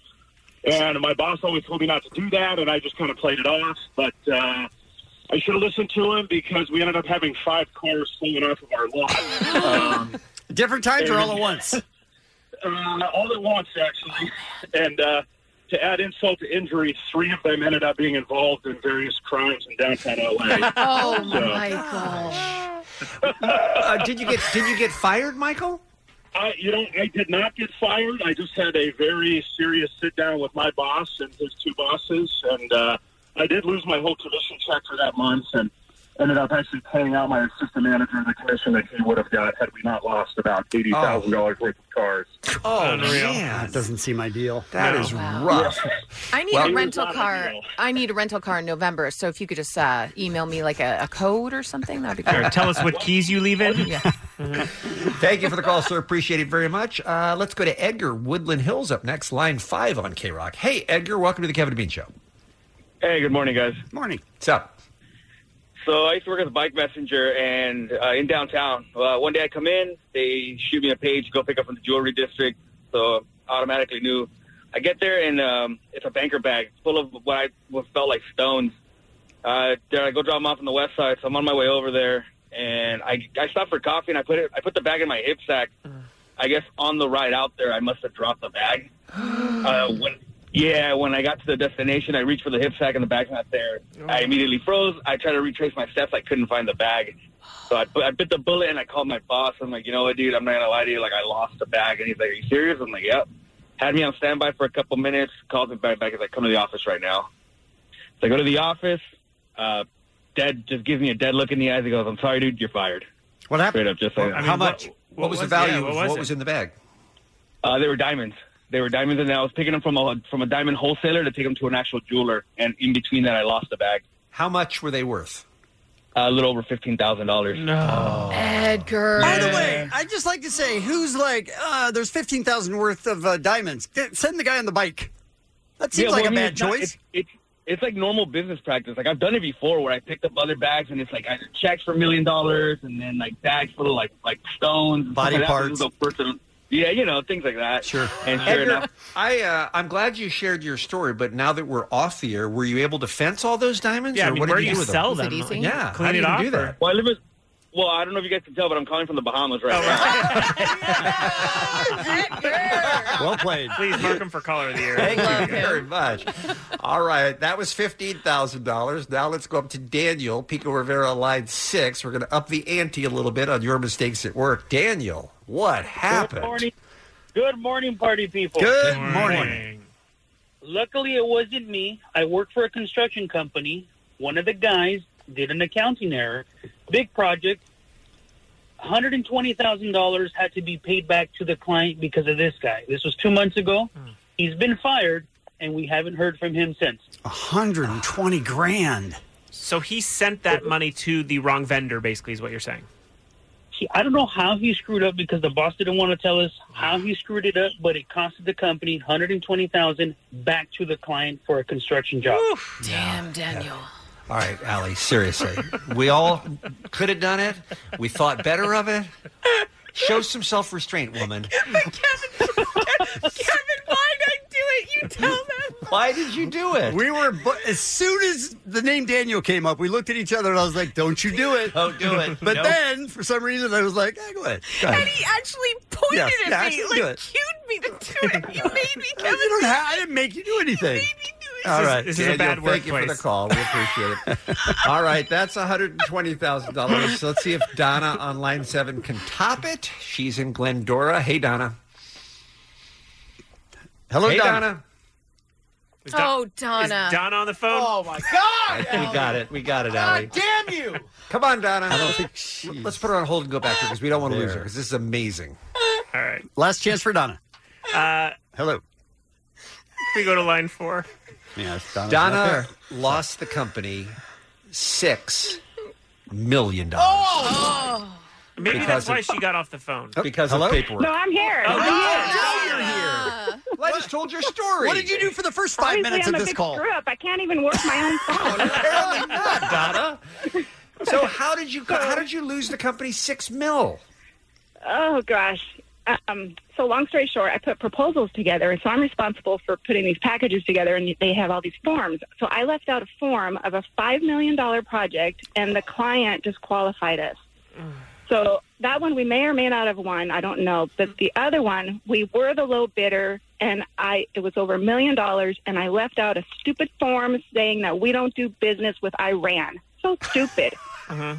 And my boss always told me not to do that, and I just kind of played it off. But uh, I should have listened to him because we ended up having five cars stolen off of our lot. um, Different times or all at once? Uh, all at once, actually. And uh, to add insult to injury, three of them ended up being involved in various crimes in downtown LA. Oh So- my gosh. Uh, did you get Did you get fired, Michael? I, you know, I did not get fired. I just had a very serious sit down with my boss and his two bosses, and uh, I did lose my whole commission check for that month, and ended up actually paying out my assistant manager the commission that he would have got had we not lost about eighty thousand dollars worth of cars. Oh, Unreal. man. That doesn't seem ideal. That That No. is is Wow. rough. I need Well- a It was rental not car. I need a rental car in November. So if you could just uh, email me like a, a code or something, that'd be great. Or tell us what keys you leave in. Yeah. Thank you for the call, sir. Appreciate it very much. Uh, let's go to Edgar Woodland Hills up next, line five on K Rock. Hey, Edgar, welcome to the Kevin and Bean Show. Hey, good morning, guys. Morning. What's up? So I used to work as a bike messenger, and uh, in downtown, uh, one day I come in, they shoot me a page, go pick up from the jewelry district. So automatically knew. I get there, and um, it's a banker bag full of what I what felt like stones. Uh, then I go drop them off on the west side. So I'm on my way over there, and I I stopped for coffee, and I put it I put the bag in my hip sack. I guess on the ride out there, I must have dropped the bag. uh, when yeah, when I got to the destination, I reached for the hip sack and the bag's not there. I immediately froze. I tried to retrace my steps. I couldn't find the bag. So I, bu- I bit the bullet and I called my boss. I'm like, you know what, dude? I'm not gonna lie to you. Like, I lost the bag. And he's like, are you serious? I'm like, yep. Had me on standby for a couple minutes. Called me back. back. He's like, come to the office right now. So I go to the office. Uh, dead just gives me a dead look in the eyes. He goes, I'm sorry, dude. You're fired. What Straight up, just like that. How much? What, was, the value of what was in the bag? Uh, they were diamonds. They were diamonds, and I was picking them from a from a diamond wholesaler to take them to an actual jeweler. And in between that, I lost the bag. How much were they worth? a little over fifteen thousand dollars. No. Edgar. By the Yeah. way, I'd just like to say who's like, uh, there's 15,000 worth of uh, diamonds. Get- Send the guy on the bike. That seems like a bad it's not- choice. it's, it's it's like normal business practice. Like I've done it before, where I picked up other bags, and it's like either checks for million dollars, and then like bags full of like like stones, and Body stuff like that. This parts. is a person- yeah, you know things like that. Sure. And sure Edgar, enough, I uh, I'm glad you shared your story, but now that we're off the air, were you able to fence all those diamonds? Yeah, I or mean, what where do did you you do with sell them? them? Like, Yeah, clean how do it you off do that? Well, I live in, well, I don't know if you guys can tell, but I'm calling from the Bahamas right now. Well played. Please mark him for caller of the year. Thank you very much. All right, that was fifteen thousand dollars. Now let's go up to Daniel Pico Rivera, line six. We're going to up the ante a little bit on your mistakes at work, Daniel. What happened? Good morning. Good morning, party people. Good Good morning. morning. Luckily, it wasn't me. I work for a construction company. One of the guys did an accounting error. Big project. $120,000 had to be paid back to the client because of this guy. This was two months ago. Hmm. He's been fired, and we haven't heard from him since. 120 grand. So he sent that money to the wrong vendor, basically, is what you're saying. he, I don't know how he screwed up because the boss didn't want to tell us how he screwed it up, but it costed the company 120,000 back to the client for a construction job. Damn, Daniel. All right, Allie, seriously. we all could have done it. We thought better of it. Show some self restraint, woman. Kevin, Kevin, why'd I do it? You tell them. Why did you do it? We were, but as soon as the name Daniel came up, we looked at each other and I was like, don't you do it. Don't do it. But Nope. then, for some reason, I was like, eh, go ahead. Go ahead. And he actually pointed Yeah, at yeah, me, actually like do it. cued me to do it. You made me, Uh, You Kevin. don't have, I didn't make you do anything. All right. This is a Daniel, bad Thank you for the workplace. call. We appreciate it. All right. That's $120,000. So let's see if Donna on line seven can top it. She's in Glendora. Hey, Donna. Hello, hey, Donna. oh, Donna. Is Donna on the phone? Oh, my I God. think we got it. We got it, Allie. damn you. Come on, Donna. I don't think Let's put her on hold and go back to her because we don't want to lose her There. because this is amazing. All right. Last chance for Donna. Uh, Hello. we go to line four. Yeah, Donna lost the company six million dollars. Oh! Maybe Because that's why of- Oh, she got off the phone. Because of paperwork. No, I'm here. Oh, I'm no, here. you're here. I just told your story. What did you do for the first five Obviously, minutes I'm of a this big call? Screw up. I can't even work my own phone. Apparently not, Donna. So how did you how did you lose the company six mil? Oh gosh. Um, so long story short, I put proposals together, and so I'm responsible for putting these packages together, and they have all these forms. So I left out a form of a five million dollar project, and the client disqualified us. So that one we may or may not have won. I don't know. But the other one, we were the low bidder, and I it was over a million dollars, and I left out a stupid form saying that we don't do business with Iran. So stupid. Uh-huh.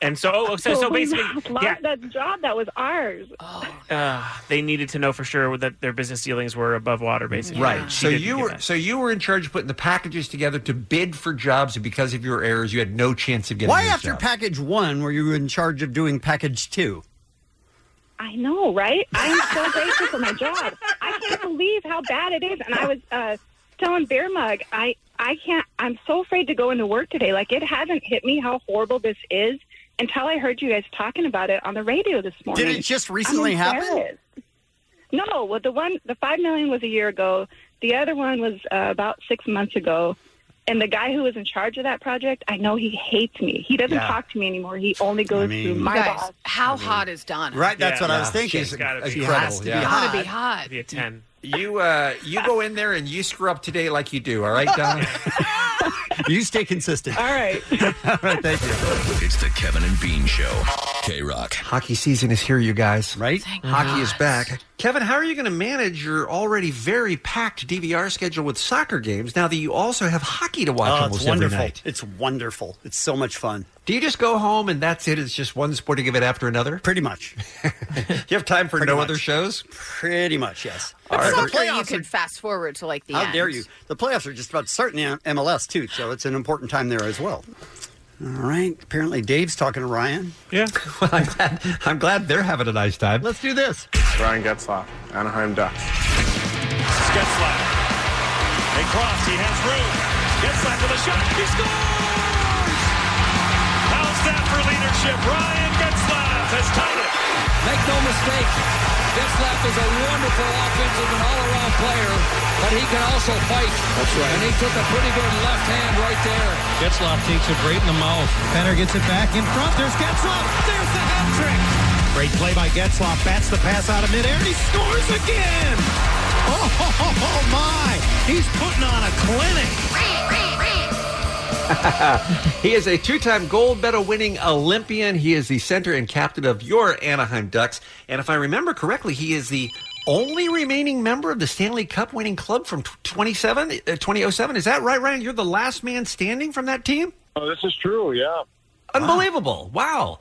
And so, oh, so, so we basically, lost yeah, that job that was ours. uh, they needed to know for sure that their business dealings were above water, basically. Right. She So didn't you do were that. so you were in charge of putting the packages together to bid for jobs, and because of your errors, you had no chance of getting. Why those after jobs. package one were you in charge of doing package two? I know, right? I am so grateful for my job. I can't believe how bad it is. And I was uh, telling Bear Mug, I, I can't, I'm so afraid to go into work today. Like, it hasn't hit me how horrible this is until I heard you guys talking about it on the radio this morning. it just recently I'm happen? embarrassed. No, well, the one, the five million was a year ago. The other one was uh, about six months ago. And the guy who was in charge of that project, I know he hates me. He doesn't Yeah. talk to me anymore. He only goes through mean- my You guys, boss. How hot is Donna? Right, that's what I was Yeah, thinking. she's gotta be She incredible, has to yeah. be Gotta be hot. hot. Be a ten. You uh, you go in there and you screw up today like you do. All right, Donna. you stay consistent. All right. All right, thank you. It's the Kevin and Bean Show. K Rock. Hockey season is here, you guys. Right? Hockey is back. Kevin, how are you going to manage your already very packed DVR schedule with soccer games now that you also have hockey to watch Oh, almost it's wonderful. every night? It's wonderful. It's so much fun. Do you just go home and that's it? It's just one sporting event after another? Pretty much. you have time for Pretty no much. other shows? Pretty much, yes. All right. Soccer, you could fast forward to like the How end. dare you? The playoffs are just about starting in MLS too, so it's an important time there as well. All right. Apparently, Dave's talking to Ryan. Yeah. well, I'm glad. I'm glad they're having a nice time. Let's do this. Ryan Getzloff, Anaheim Ducks. Getzlaff. A cross. He has room. Getzlaff with a shot. He scores! How's that for leadership? Ryan Getzlaff has tied it. Make no mistake, Getzlaff is a wonderful offensive and all-around player, but he can also fight. That's right. And he took a pretty good left hand right there. Getzloff takes it right in the mouth. Fenner gets it back in front. There's Getzloff. There's the hat trick. Great play by Getzloff. Bats the pass out of midair and he scores again. Oh, ho, ho, ho, my. He's putting on a clinic. he is a two-time gold medal winning Olympian. He is the center and captain of your Anaheim Ducks. And if I remember correctly, he is the only remaining member of the Stanley Cup winning club from 27, uh, 2007. Is that right, Ryan? You're the last man standing from that team? Oh, this is true, yeah. Unbelievable. Wow.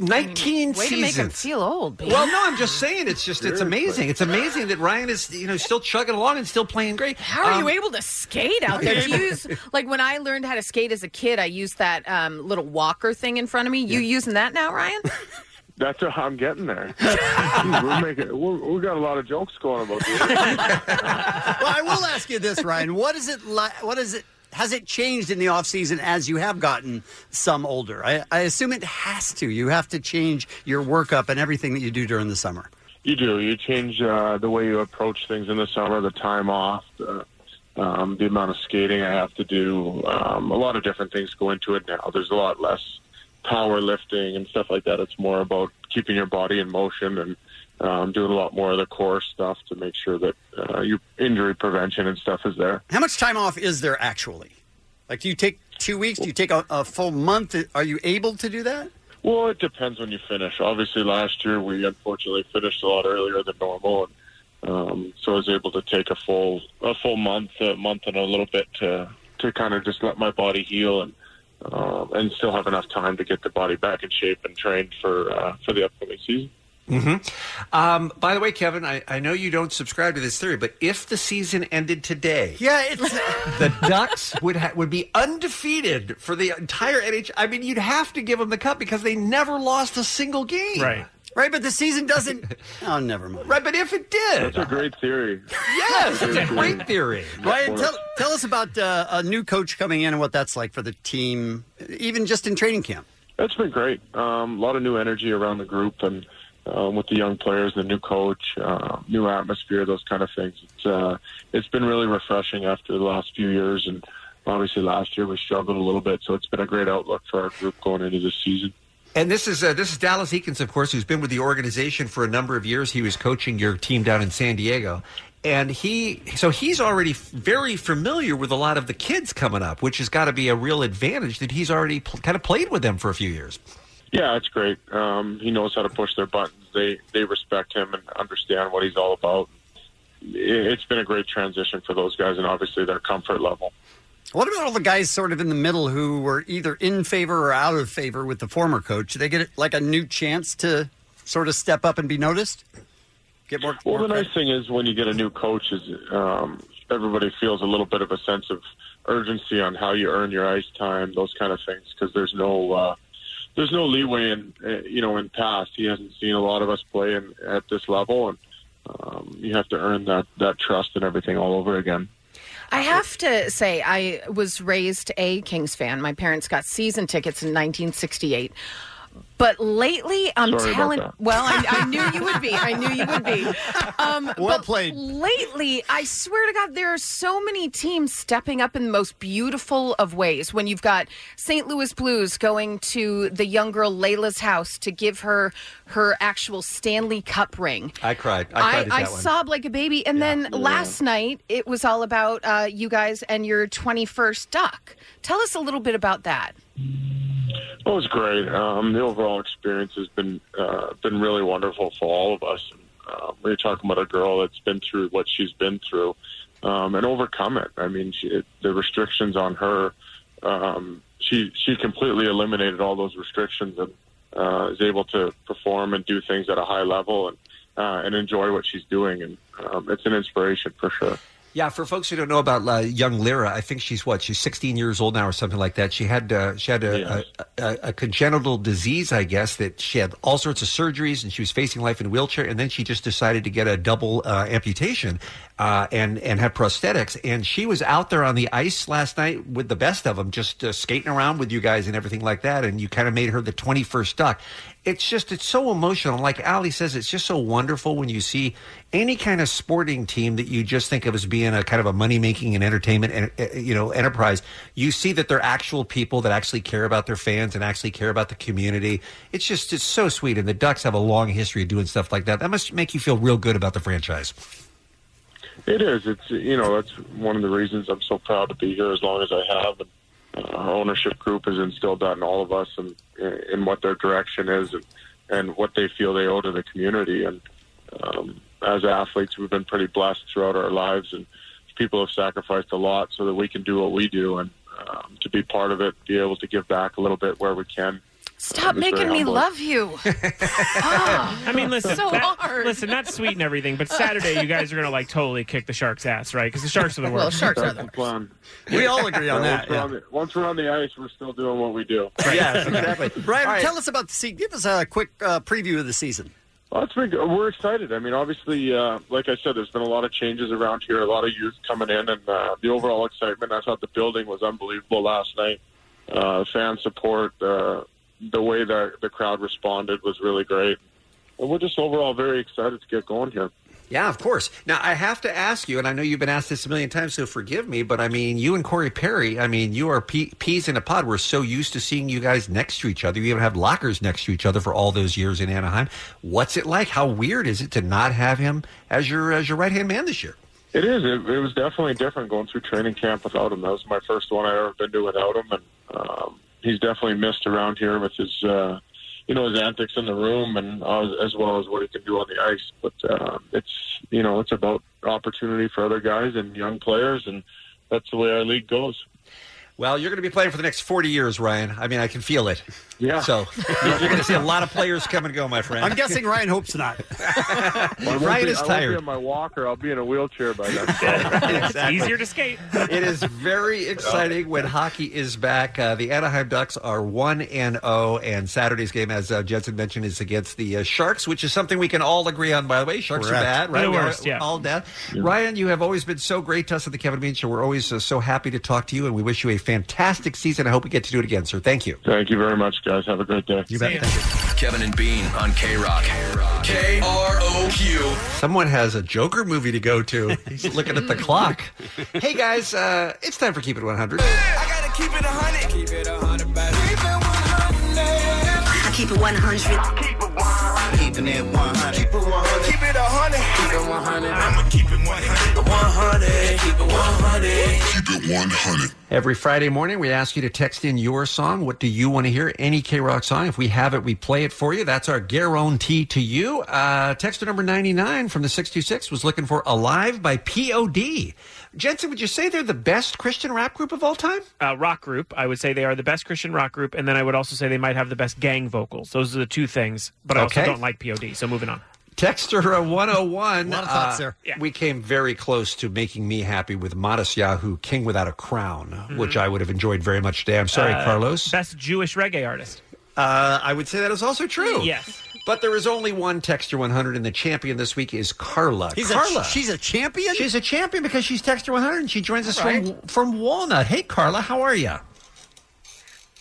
19 Way to make him seasons. feel old. baby. Well, no, I'm just saying it's just it's Seriously. amazing. It's amazing that Ryan is, you know, still chugging along and still playing great. How are Um, you able to skate out there? I'm Do you able- use like when I learned how to skate as a kid, I used that um, little walker thing in front of me. You using that now, Ryan? That's how I'm getting there. Dude, we're making, we're, we got a lot of jokes going about this. well, I will ask you this, Ryan. What is it like? What is it? Has it changed in the off season as you have gotten some older? I, I assume it has to. You have to change your workup and everything that you do during the summer. You do. You change uh, the way you approach things in the summer, the time off, the, um, the amount of skating I have to do. Um, a lot of different things go into it now. There's a lot less power lifting and stuff like that. It's more about keeping your body in motion and um, doing a lot more of the core stuff to make sure that uh, your injury prevention and stuff is there. How much time off is there actually? Like, do you take two weeks? Do you take a, a full month? Are you able to do that? Well, it depends when you finish. Obviously, last year we unfortunately finished a lot earlier than normal, and um, so I was able to take a full a full month, a month and a little bit to to kind of just let my body heal and um, and still have enough time to get the body back in shape and trained for uh, for the upcoming season. hmm Um, by the way, Kevin, I, I know you don't subscribe to this theory, but if the season ended today, yeah, it's the Ducks would ha- would be undefeated for the entire NHL. I mean, you'd have to give them the cup because they never lost a single game. Right. Right, but the season doesn't. Oh, never mind. Right, but if it did, That's a great theory. yes, it's a great theory. Ryan, tell, tell us about uh, a new coach coming in and what that's like for the team, even just in training camp. It's been great. Um, a lot of new energy around the group and um, with the young players, the new coach, uh, new atmosphere, those kind of things. It's uh, it's been really refreshing after the last few years, and obviously last year we struggled a little bit, so it's been a great outlook for our group going into this season. And this is uh, this is Dallas Eakins, of course, who's been with the organization for a number of years. He was coaching your team down in San Diego, and he so he's already f- very familiar with a lot of the kids coming up, which has got to be a real advantage that he's already pl- kind of played with them for a few years. Yeah, it's great. Um, he knows how to push their buttons. They they respect him and understand what he's all about. It- It's been a great transition for those guys, and obviously their comfort level. What about all the guys sort of in the middle who were either in favor or out of favor with the former coach? Do they get like a new chance to sort of step up and be noticed? Get more. Well, more the nice thing is when you get a new coach, is um, everybody feels a little bit of a sense of urgency on how you earn your ice time, those kind of things, because there's no uh, there's no leeway in uh, you know in past. He hasn't seen a lot of us play in, at this level, and um, you have to earn that that trust and everything all over again. I have to say, I was raised a Kings fan. My parents got season tickets in 1968. But lately, I'm Sorry about telling. that. Well, I, I knew you would be. I knew you would be. Um, well played. Lately, I swear to God, there are so many teams stepping up in the most beautiful of ways. When you've got St. Louis Blues going to the young girl Layla's house to give her her actual Stanley Cup ring, I cried. I cried I, at I that one. sob like a baby. And then last night, it was all about uh, you guys and your 21st duck. Tell us a little bit about that. It was great. Um, the overall experience has been uh, been really wonderful for all of us. Um, we're talking about a girl that's been through what she's been through um, and overcome it. I mean, she, it, the restrictions on her, um, she she completely eliminated all those restrictions and uh, is able to perform and do things at a high level and uh, and enjoy what she's doing. And um, it's an inspiration for sure. Yeah, for folks who don't know about uh, young Lyra, I think she's what she's 16 years old now or something like that. She had uh, she had a, a, a, a congenital disease, I guess, that she had all sorts of surgeries and she was facing life in a wheelchair. And then she just decided to get a double uh, amputation uh, and and have prosthetics. And she was out there on the ice last night with the best of them, just uh, skating around with you guys and everything like that. And you kind of made her the 21st duck it's just it's so emotional like ali says it's just so wonderful when you see any kind of sporting team that you just think of as being a kind of a money making and entertainment en- eh, you know enterprise you see that they're actual people that actually care about their fans and actually care about the community it's just it's so sweet and the ducks have a long history of doing stuff like that that must make you feel real good about the franchise It is. It's you know that's one of the reasons I'm so proud to be here as long as I have. And uh, our ownership group has instilled that in all of us, and in what their direction is, and and what they feel they owe to the community. And um, as athletes, we've been pretty blessed throughout our lives, and people have sacrificed a lot so that we can do what we do, and um, to be part of it, be able to give back a little bit where we can. Stop Um, it's very making me humbling. love you. Ah, I mean, listen, so that- hard. listen, not sweet and everything, but Saturday you guys are going to like totally kick the Sharks' ass, right? Because the Sharks are the worst. That's the plan. We all agree on Yeah, that, Once we're, yeah. on the, once we're on the ice, we're still doing what we do. Yes, exactly. Brian, All right. tell us about the season. Give us a quick uh, preview of the season. Well, it's been, good. we're excited. I mean, obviously, uh, like I said, there's been a lot of changes around here, a lot of youth coming in, and uh, the overall excitement. I thought the building was unbelievable last night. Uh, fan support, uh, the way that the crowd responded was really great. And we're just overall very excited to get going here. Yeah, of course. Now I have to ask you, and I know you've been asked this a million times, so forgive me, but I mean, you and Corey Perry, I mean, you are pe- peas in a pod. We're so used to seeing you guys next to each other. You even have lockers next to each other for all those years in Anaheim. What's it like? How weird is it to not have him as your as your right hand man this year? It is. It, it was definitely different going through training camp without him. That was my first one I ever been to without him, and um, he's definitely missed around here with his, uh, you know, his antics in the room, and uh, as well as what he can do on the ice. But um, it's, you know, it's about opportunity for other guys and young players, and that's the way our league goes. Well, you're going to be playing for the next 40 years, Ryan. I mean, I can feel it. Yeah. So you're going to see a lot of players come and go, my friend. I'm guessing Ryan hopes not. Well, I won't Ryan be- is I won't tired. be on my walker. I'll be in a wheelchair by then. Exactly. Easier to skate. it is very exciting when hockey is back. Uh, the Anaheim Ducks are 1 and 0, and Saturday's game, as uh, Jensen mentioned, is against the uh, Sharks, which is something we can all agree on, by the way. Sharks Correct. are bad, right? The We are worst, yeah. All down. Ryan, you have always been so great to us at the Kevin Bean Show. We're always uh, so happy to talk to you, and we wish you a fantastic season. I hope we get to do it again, sir. Thank you. Thank you very much, guys. Have a great day. You bet. Thank you. Kevin and Bean on K Rock. K R O Q. Someone has a Joker movie to go to. He's looking at the clock. Hey guys, uh, it's time for Keep It 100. Gotta keep it a hundred. Keep it a hundred, baby. I keep it 100. Keeping it 100. Keep it 100. Keep it 100. Keep it 100. I'ma keep it 100. 100. Keep it 100. Every Friday morning, we ask you to text in your song. What do you want to hear? Any K Rock song. If we have it, we play it for you. That's our guarantee to you. Uh, texter number 99 from the 626 was looking for Alive by POD. Jensen, would you say they're the best Christian rap group of all time? Uh, rock group. I would say they are the best Christian rock group, and then I would also say they might have the best gang vocals. Those are the two things. But I Okay. also don't like POD. So moving on. Texter uh, 101. A lot of thoughts there. uh, We came very close to making me happy with Modest Yahoo, King Without a Crown, which I would have enjoyed very much today. I'm sorry, Hmm. Uh, Carlos. Best Jewish reggae artist. Uh, I would say that is also true. Yes. But there is only one Texter 100, and the champion this week is Carla. He's a- Carla. she's a champion? She's a champion because she's Texter 100 and she joins us from, from Walnut. Hey, Carla, how are you?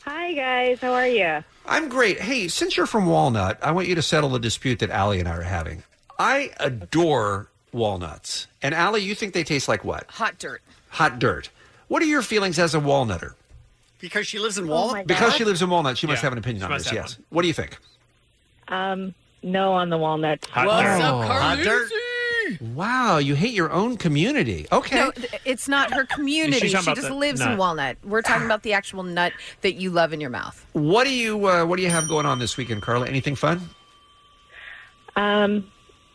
Hi guys, how are you? I'm great. Hey, since you're from Walnut, I want you to settle the dispute that Allie and I are having. I adore walnuts. And Allie, you think they taste like what? Hot dirt. Hot dirt. What are your feelings as a walnutter? Because she lives in Wal- Walnut. because she lives in Walnut, she must have an opinion she on must this. have Yes. What do you think? Um, no on the walnuts. Oh, Wow, you hate your own community. Okay. No, th- it's not her community. She's She talking about just the lives in nut. Walnut. We're talking about the actual nut that you love in your mouth. What do you uh, What do you have going on this weekend, Carla? Anything fun? Um,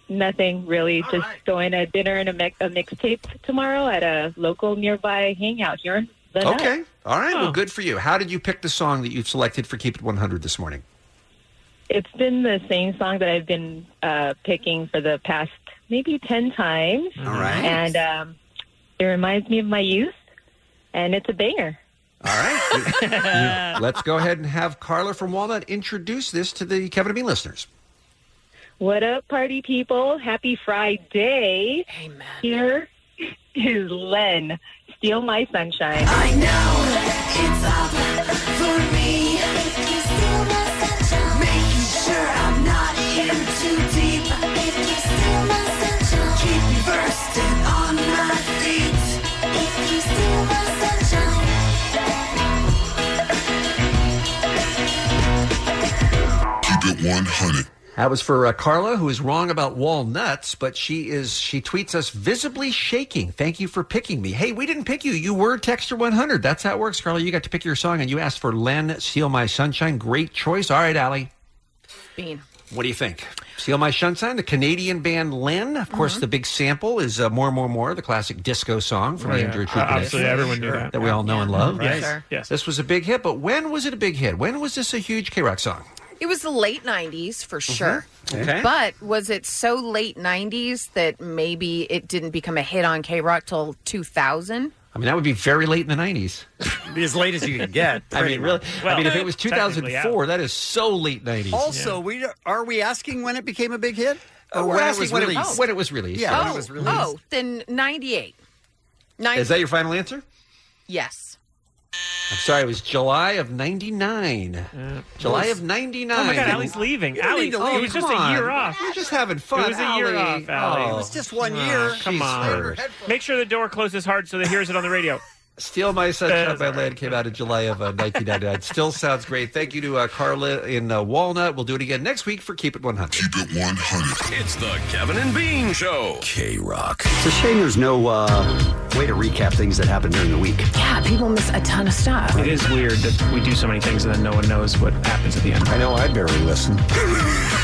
nothing really. just going to dinner and a, mi- a mixtape tomorrow at a local nearby hangout here. in The Nut. okay. All right. Well, good for you. How did you pick the song that you've selected for Keep It 100 this morning? It's been the same song that I've been uh, picking for the past maybe 10 times. All right. And um, it reminds me of my youth, and it's a banger. Let's go ahead and have Carla from Walnut introduce this to the Kevin and Bean listeners. What up, party people? Happy Friday. Amen. Here is Len. Steal my sunshine. I know. It's all for me. You steal my sunshine. Making sure I'm not in too deep. If you steal my sunshine. Keep me bursting on my feet. If you steal my sunshine. Keep It 100. That was for uh, Carla, who is wrong about walnuts, but she is she tweets us visibly shaking. Thank you for picking me. Hey, we didn't pick you. You were Texter 100. That's how it works, Carla. You got to pick your song, and you asked for Len Seal My Sunshine. Great choice. All right, Allie. Bean. What do you think? Seal My Sunshine, the Canadian band Len. Of course, the big sample is uh, More, More, More, the classic disco song from Right. Andrew Uh, True absolutely, everyone knew that. we all know and love. Yes, Right. yes. This was a big hit, but when was it a big hit? When was this a huge K Rock song? It was the late 90s for sure. Mm-hmm. Okay. But was it so late 90s that maybe it didn't become a hit on K Rock till 2000? I mean, that would be very late in the 90s. Be as late as you can get. I mean, really. I mean, if it was technically, yeah. 2004, that is so late 90s. Also, we are we asking when it became a big hit? Uh, we're when it asking was when it- released? when it was released. Yeah, when oh, it was released. oh, then 98. 90, is that your final answer? yes. I'm sorry, it was July of 99. July of 99. Uh, Oh my God, Allie's leaving. You don't Allie, need to it leave. was just Come a year on. off. We're just having fun. It was a year Allie. off, Allie. Oh. It was just one year. come Jeez, on. Herbert. Make sure the door closes hard so they hears it on the radio. Steal My Sunshine by Land came out in July of uh, 1999. Still sounds great. Thank you to uh, Carla in uh, Walnut. We'll do it again next week for Keep It 100. Keep It 100. It's the Kevin and Bean Show. K Rock. It's a shame there's no uh, way to recap things that happened during the week. Yeah, people miss a ton of stuff. It is weird that we do so many things and then no one knows what happens at the end. I know, I barely listen.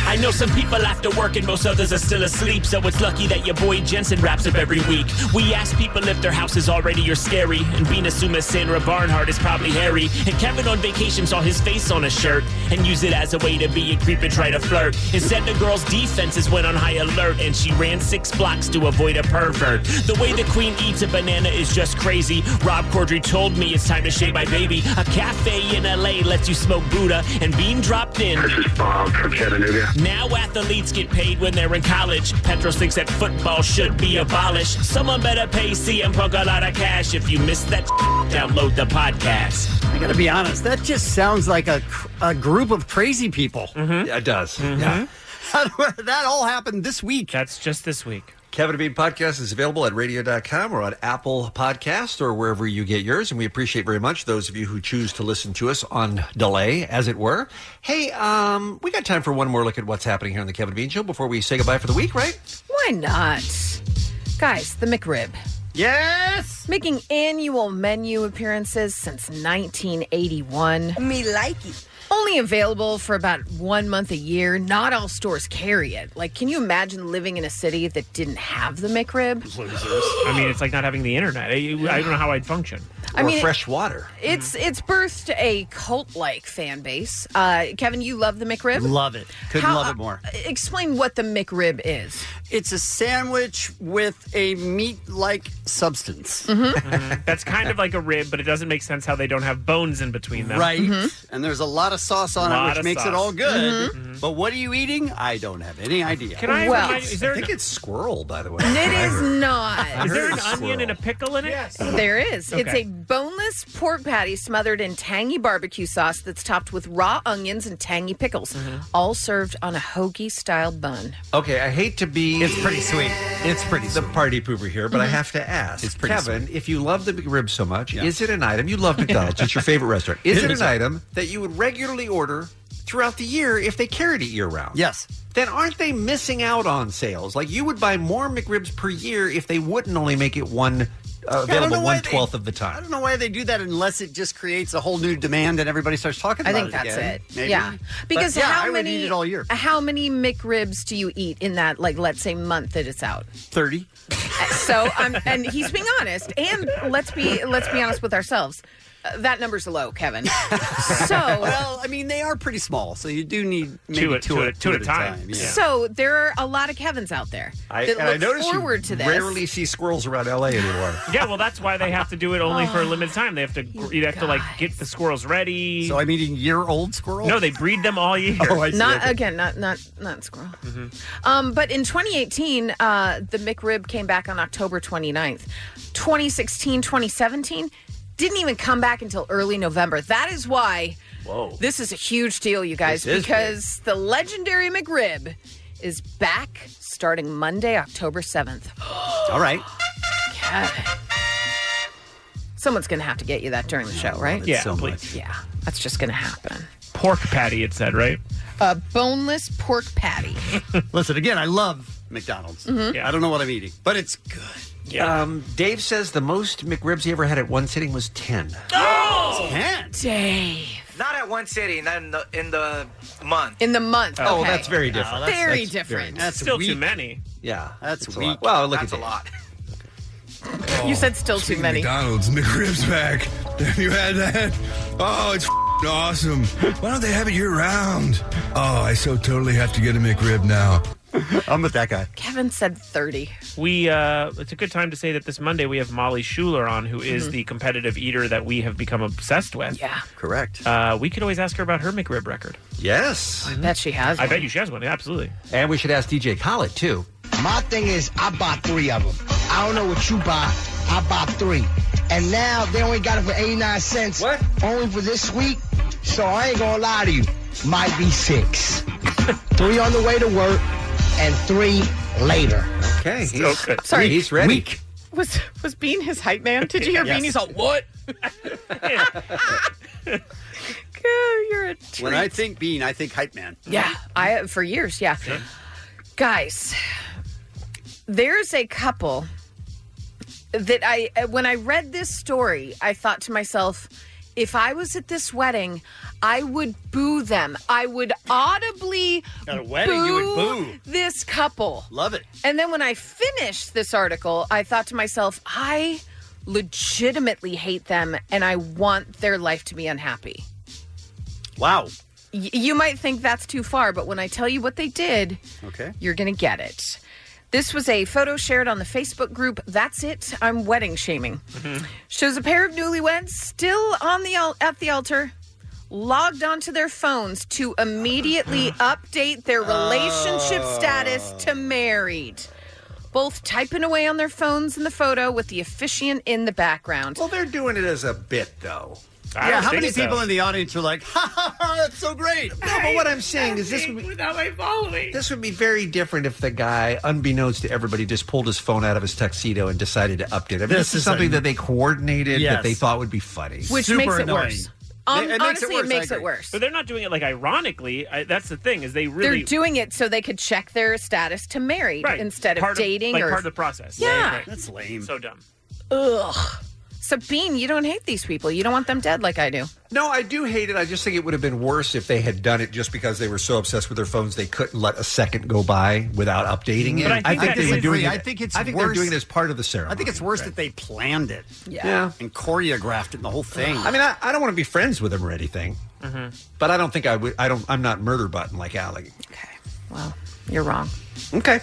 I know some people after work and most others are still asleep, so it's lucky that your boy Jensen wraps up every week. We ask people if their house is already or scary, and Bean assumes Sandra Barnhart is probably hairy, and Kevin on vacation saw his face on a shirt and used it as a way to be a creep and try to flirt. Instead, the girl's defenses went on high alert, and she ran six blocks to avoid a pervert. The way the queen eats a banana is just crazy. Rob Corddry told me it's time to shave my baby. A cafe in LA lets you smoke Buddha, and Bean dropped in. Bob from Chattanooga. Now athletes get paid when they're in college. Petros thinks that football should be abolished. Someone better pay CM Punk a lot of cash. If you missed that, download the podcast. I got to be honest, that just sounds like a, cr- a group of crazy people. Mm-hmm. Yeah, it does. Yeah. that all happened this week. That's just this week. Kevin and Bean Podcast is available at radio.com or on Apple Podcasts or wherever you get yours. And we appreciate very much those of you who choose to listen to us on delay, as it were. Hey, um, we got time for one more look at what's happening here on the Kevin and Bean Show before we say goodbye for the week, right? Why not? Guys, the McRib. Yes! Making annual menu appearances since 1981. Me like it. Only available for about one month a year. Not all stores carry it. Like, can you imagine living in a city that didn't have the McRib? I mean, it's like not having the internet. I, I don't know how I'd function. I Or mean- fresh water. It's it's birthed a cult like fan base. Uh, Kevin, you love the McRib. Love it. Couldn't How- uh, love it more. Explain what the McRib is. It's a sandwich with a meat like substance. Mm-hmm. Mm-hmm. That's kind of like a rib, but it doesn't make sense how they don't have bones in between them. Right. Mm-hmm. And there's a lot of sauce on Lot it, which of makes it sauce. all good. But what are you eating? I don't have any idea. Can I Well- remind- is there I think it's squirrel, by the way. It is Is not. there an Very onion and a pickle in it? Yes. There is. It's Okay. a boneless pork patty smothered in tangy barbecue sauce that's topped with raw onions and tangy pickles, Mm-hmm. all served on a hoagie style bun. Okay, I hate to be. It's pretty sweet. It's pretty the party pooper here, but I have to ask, It's pretty Kevin, if you love the McRib so much, is it an item you love McDonald's? it's your favorite restaurant. Is it an item that you would regularly order throughout the year if they carried it year round? Yes. Then aren't they missing out on sales? Like you would buy more McRibs per year if they wouldn't only make it one uh, Yeah, I don't know available why one twelfth of the I time. don't know why they do that unless it just creates a whole new demand and everybody starts talking I about think it. that's again. it. Maybe. Yeah, But because yeah, how I would many? eat it all year. How many McRibs do you eat in that? Like, let's say month that it's out. 30. So, um, and he's being honest, and let's be let's be honest with ourselves. Uh, that number's low, Kevin. So, well, I mean, they are pretty small, so you do need maybe Two two, at- two at- two at a time. yeah. So there are a lot of Kevins out there I, that and I look noticed forward you to this. rarely see squirrels around LA anymore. Yeah, well, that's why they have to do it only Oh, for a limited time. They have to you have to like get the squirrels ready. So I'm eating year old squirrels. No, they breed them all year. not again, not not not squirrel. Um, but in 2018, uh, the McRib came back on October 29th. 2016, 2017 didn't even come back until early November. That is why Whoa. this is a huge deal, you guys, This is because the legendary McRib is back starting Monday, October 7th. All right. Someone's going to have to get you that during the show, right? Yeah, please. Yeah, that's just going to happen. Pork patty, it said, right? A boneless pork patty. Listen, again, I love McDonald's. Mhm. Yeah. I don't know what I'm eating, but it's good. Um, Dave says the most McRibs he ever had at one sitting was ten. Oh! Ten. Dave. Not at one city, not in the in the month. In the month. Oh, okay. that's very different. that's- Very that's different. very- that's Still too weak. many. Yeah, that's it's a weak. lot. Well, look That's at a that. lot. You said still too many. McDonald's McRib's back. Have you had that? Oh, it's f***ing awesome. Why don't they have it year round? Oh, I so totally have to get a McRib now. I'm with that guy. Kevin said 30. We uh, it's a good time to say that this Monday we have Molly Schuler on, who is Mhm. the competitive eater that we have become obsessed with. Yeah. Correct. Uh, we could always ask her about her McRib record. Yes. I bet she has. I bet you she has one. Absolutely. And we should ask DJ Khaled too. My thing is, I bought three of them. I don't know what you buy. I bought three. and now they only got it for 89 cents. What? Only for this week. So I ain't gonna lie to you. Might be six. three on the way to work, and three later. Okay. he's- I'm sorry. he's ready. Weak. Was was Bean his hype man? Did you hear Yes. Bean? He's all what? God, you're a treat. When I think Bean, I think hype man. Yeah, Mm-hmm. I for years. Yeah, guys, there's a couple that I when I read this story, I thought to myself, if I was at this wedding, I would boo them. I would audibly At a wedding, you would boo. this couple. Love it. And then when I finished this article, I thought to myself, I legitimately hate them and I want their life to be unhappy. Wow. Y- you might think that's too far, but when I tell you what they did, Okay. you're going to get it. This was a photo shared on the Facebook group. That's it. I'm wedding shaming. Mm-hmm. Shows a pair of newlyweds still on the al- at the altar, logged onto their phones to immediately update their relationship status to married. Both typing away on their phones in the photo with the officiant in the background. Well, they're doing it as a bit, though. yeah, how many people in the audience are like, ha ha ha, that's so great? No, but what I'm saying is this would be without my following. This would be very different if the guy, unbeknownst to everybody, just pulled his phone out of his tuxedo and decided to update it. This, This this is, is something a- that they coordinated Yes. that they thought would be funny. Which Super makes it annoying. worse. Um, honestly, it makes it worse. But they're not doing it like ironically. I, that's the thing is they really They're doing it so they could check their status to married Right. instead of Part of- dating like or part of the process. Yeah, Right, right. That's lame. So dumb. Ugh. So, Bean, you don't hate these people. You don't want them dead like I do. No, I do hate it. I just think it would have been worse if they had done it just because they were so obsessed with their phones they couldn't let a second go by without updating it. But I think that they is- were doing I it. think it's I think they're worse- doing it as part of the ceremony. I think it's worse that they planned it. Yeah. Yeah. And choreographed it and the whole thing. I mean, I, I don't want to be friends with him or anything, Mm-hmm. but I don't think I would. I don't. I'm not murder button like Alec. Well, you're wrong. Okay.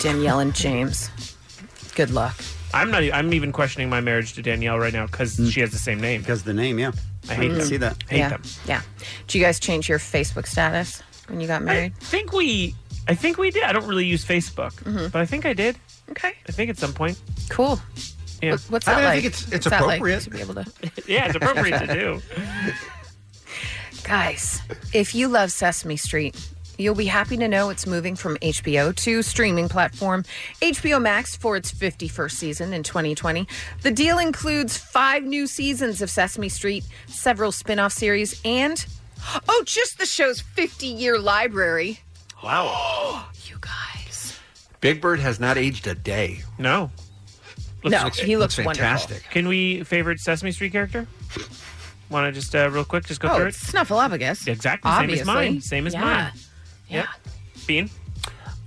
Danielle and James. Good luck. I'm not. e- I'm even questioning my marriage to Danielle right now because she has the same name. Because the name, yeah. I hate Mm. them. Hate yeah. them. Yeah. Did you guys change your Facebook status when you got married? I think we. I think we did. I don't really use Facebook, but I think I did. Mm-hmm. Okay. I think at some point. Cool. Yeah. What- What's that like? What's that like to be able to. yeah, it's appropriate to do. Guys, if you love Sesame Street, you'll be happy to know it's moving from HBO to streaming platform HBO Max for its 51st season in 2020. The deal includes five new seasons of Sesame Street, several spin off series, and oh, just the show's 50 year library. Wow. you guys. Big Bird has not aged a day. No. No, he looks wonderful. fantastic. Can we favorite Sesame Street character? Want to just uh, real quick, just go oh, through it's it. Snuffleupagus. Exactly, Obviously. same as mine. Same as Yeah. mine. Yeah. Yep. Bean.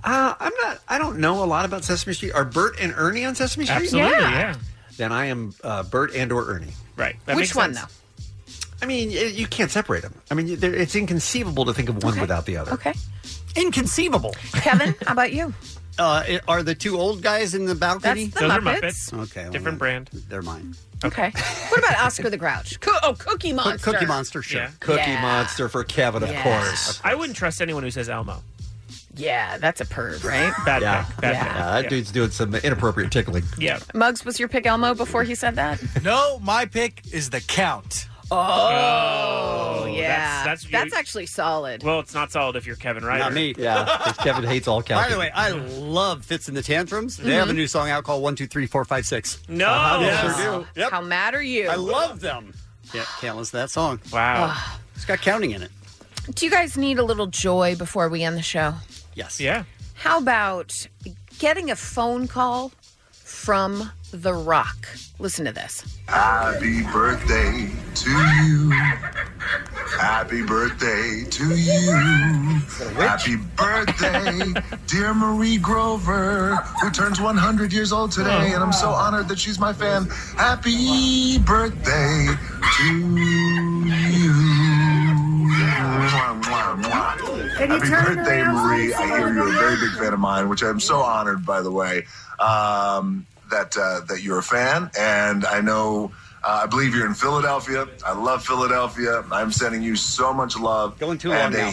Uh, I'm not. I don't know a lot about Sesame Street. Are Bert and Ernie on Sesame Street? Absolutely, Yeah. yeah. Then I am uh, Bert and or Ernie. Right. Which one, though? I mean, y- you can't separate them. I mean, they're- it's inconceivable to think of one without the other. Okay. Inconceivable. Kevin, how about you? Uh, i- are the two old guys in the balcony? That's the Those are Muppets. Muppets. Okay. well, Different brand. They're mine. Okay. what about Oscar the Grouch? Co- oh, Cookie Monster. Cookie Monster, sure. Cookie Yeah. Monster for Kevin, of Yes. course. I wouldn't trust anyone who says Elmo. Yeah, that's a perv, right? Bad yeah. pick. Bad yeah. pick. Uh, that Yeah. dude's doing some inappropriate tickling. Yeah. Muggs, was your pick Elmo before he said that? No, my pick is the count. Oh, yeah. that's- That's, that's- actually solid. Well, it's not solid if you're Kevin Ryder. Not me. Kevin hates all By the way, I love Fits in the Tantrums. They have a new song out called 123456. Mm-hmm. No. Uh-huh, they Yes. sure do. Yep. How mad are you? I love them. Yeah, can't listen to that song. Wow. it's got counting in it. Do you guys need a little joy before we end the show? Yes. Yeah. How about getting a phone call from The Rock? Listen to this. Happy birthday to you. Happy birthday to you. Happy birthday, dear Marie Grover, who turns 100 years old today, and I'm so honored that she's my fan. Happy birthday to you. Mwah, mwah, mwah. Can you Happy turn birthday, around? Marie. I hear you're a very big fan of mine, which I'm so honored, by the way, um, that uh, that you're a fan. And I know, uh, I believe you're in Philadelphia. I love Philadelphia. I'm sending you so much love. Going too and long a now.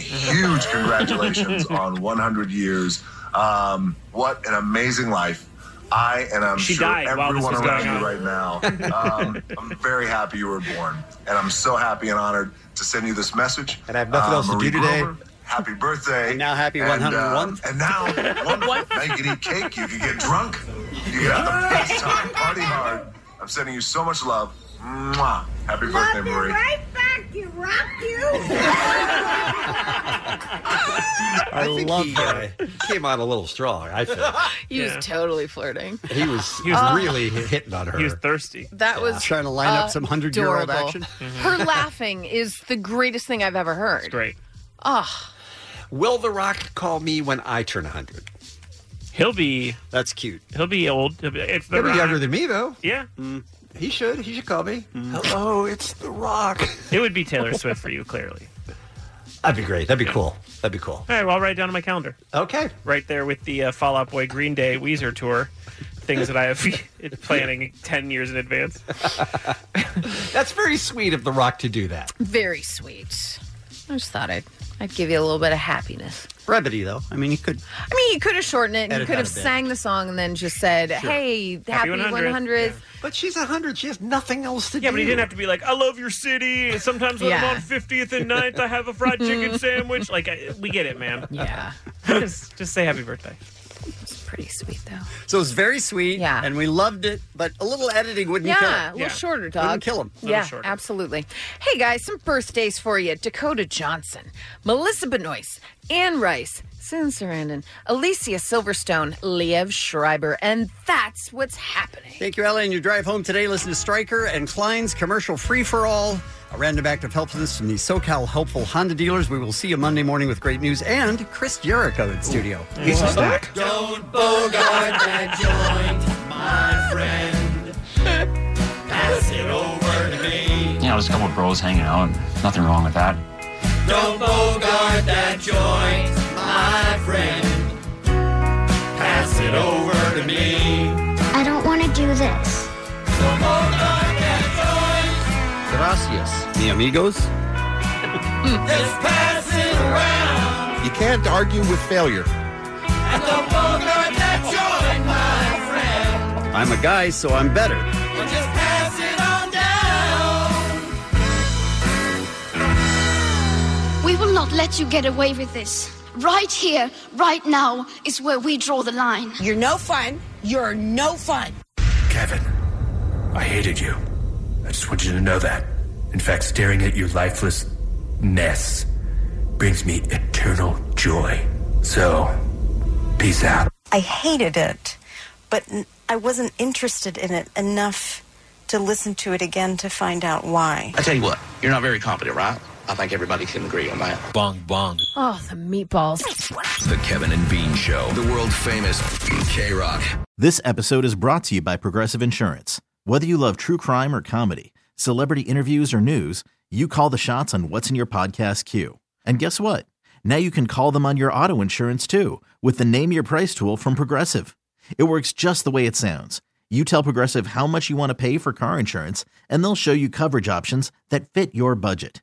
huge congratulations on 100 years. Um, what an amazing life. I and I'm She sure died while this everyone was around going you on. right now. Um, I'm very happy you were born, and I'm so happy and honored to send you this message. And I have nothing else to do today. Happy birthday! And now happy 101th. and now wonderful. now you can eat cake. You can get drunk. You can have the best time. Party hard. I'm sending you so much love. Mwah. Happy birthday, Marie. back, you rock you. I, love he, uh, came on a little strong. I feel he was totally flirting. he was he was- was really hitting on her. He was thirsty. Uh, That was uh, trying to line Uh, up some hundred-year-old adorable. action. Her laughing is the greatest thing I've ever heard. great. Oh, Will The Rock call me when I turn 100? He'll be. That's cute. He'll be old. He'll be, it's the He'll be Rock. younger than me though. Mm. Yeah. He should. He should call me. Hello, it's The Rock. It would be Taylor Swift for you, clearly. That'd be great. That'd be cool. That'd be cool. All right, well, I'll write it down on my calendar. Okay. Right there with the uh, Fall Out Boy Green Day Weezer tour. Things that I have planning 10 years in advance. That's very sweet of The Rock to do that. very sweet. I just thought I'd I'd give you a little bit of happiness. Brevity, though. I mean, you could. I mean, you could have shortened it and you Edit could that have a bit. sang the song and then just said, Sure. "Hey, Happy happy 100th." 100th." But she's 100. She has nothing else to Yeah, but he didn't have to be like, I love your city. Sometimes when Yeah. I'm on 50th and 9th, I have a fried chicken sandwich. Like, I, we get it, man. Yeah. just, just say happy birthday. It's pretty sweet, though. So it's very sweet. Yeah. And we loved it, but a little editing wouldn't yeah, kill it. a little shorter, dog. Wouldn't kill him. Yeah, absolutely. Hey guys, some birthdays for you: Dakota Johnson, Melissa Benoist, Anne Rice, Susan Sarandon, Alicia Silverstone, Liev Schreiber, and that's what's happening. Thank you, Ellen. your drive home today, listen to Stryker and Klein's commercial free for all. A random act of helpfulness from the SoCal helpful Honda dealers. We will see you Monday morning with great news and Chris Jericho in studio. He's Wow. back. Don't bogart that joint, my friend. Pass it over to me. Yeah, just a couple of bros hanging out. Nothing wrong with that. Don't bogart that joint, my friend. Pass it over to me. I don't want to do this. Don't bogart that Gracias, mi amigos. joint. Just pass it around. You can't argue with failure. And don't bogart that joint, my friend. I'm a guy, so I'm better. Well, just pass it on down. We will not let you get away with this. Right here, right now, is where we draw the line. You're no fun. You're no fun. Kevin, I hated you. I just want you to know that. In fact, staring at your lifeless mess brings me eternal joy. So, peace out. I hated it, but n- I wasn't interested in it enough to listen to it again to find out why. I tell you what, you're not very competent, right? I think everybody can agree on that. Bong bong. Oh, the meatballs. The Kevin and Bean Show, the world famous K Rock. This episode is brought to you by Progressive Insurance. Whether you love true crime or comedy, celebrity interviews or news, you call the shots on what's in your podcast queue. And guess what? Now you can call them on your auto insurance too with the Name Your Price tool from Progressive. It works just the way it sounds. You tell Progressive how much you want to pay for car insurance, and they'll show you coverage options that fit your budget.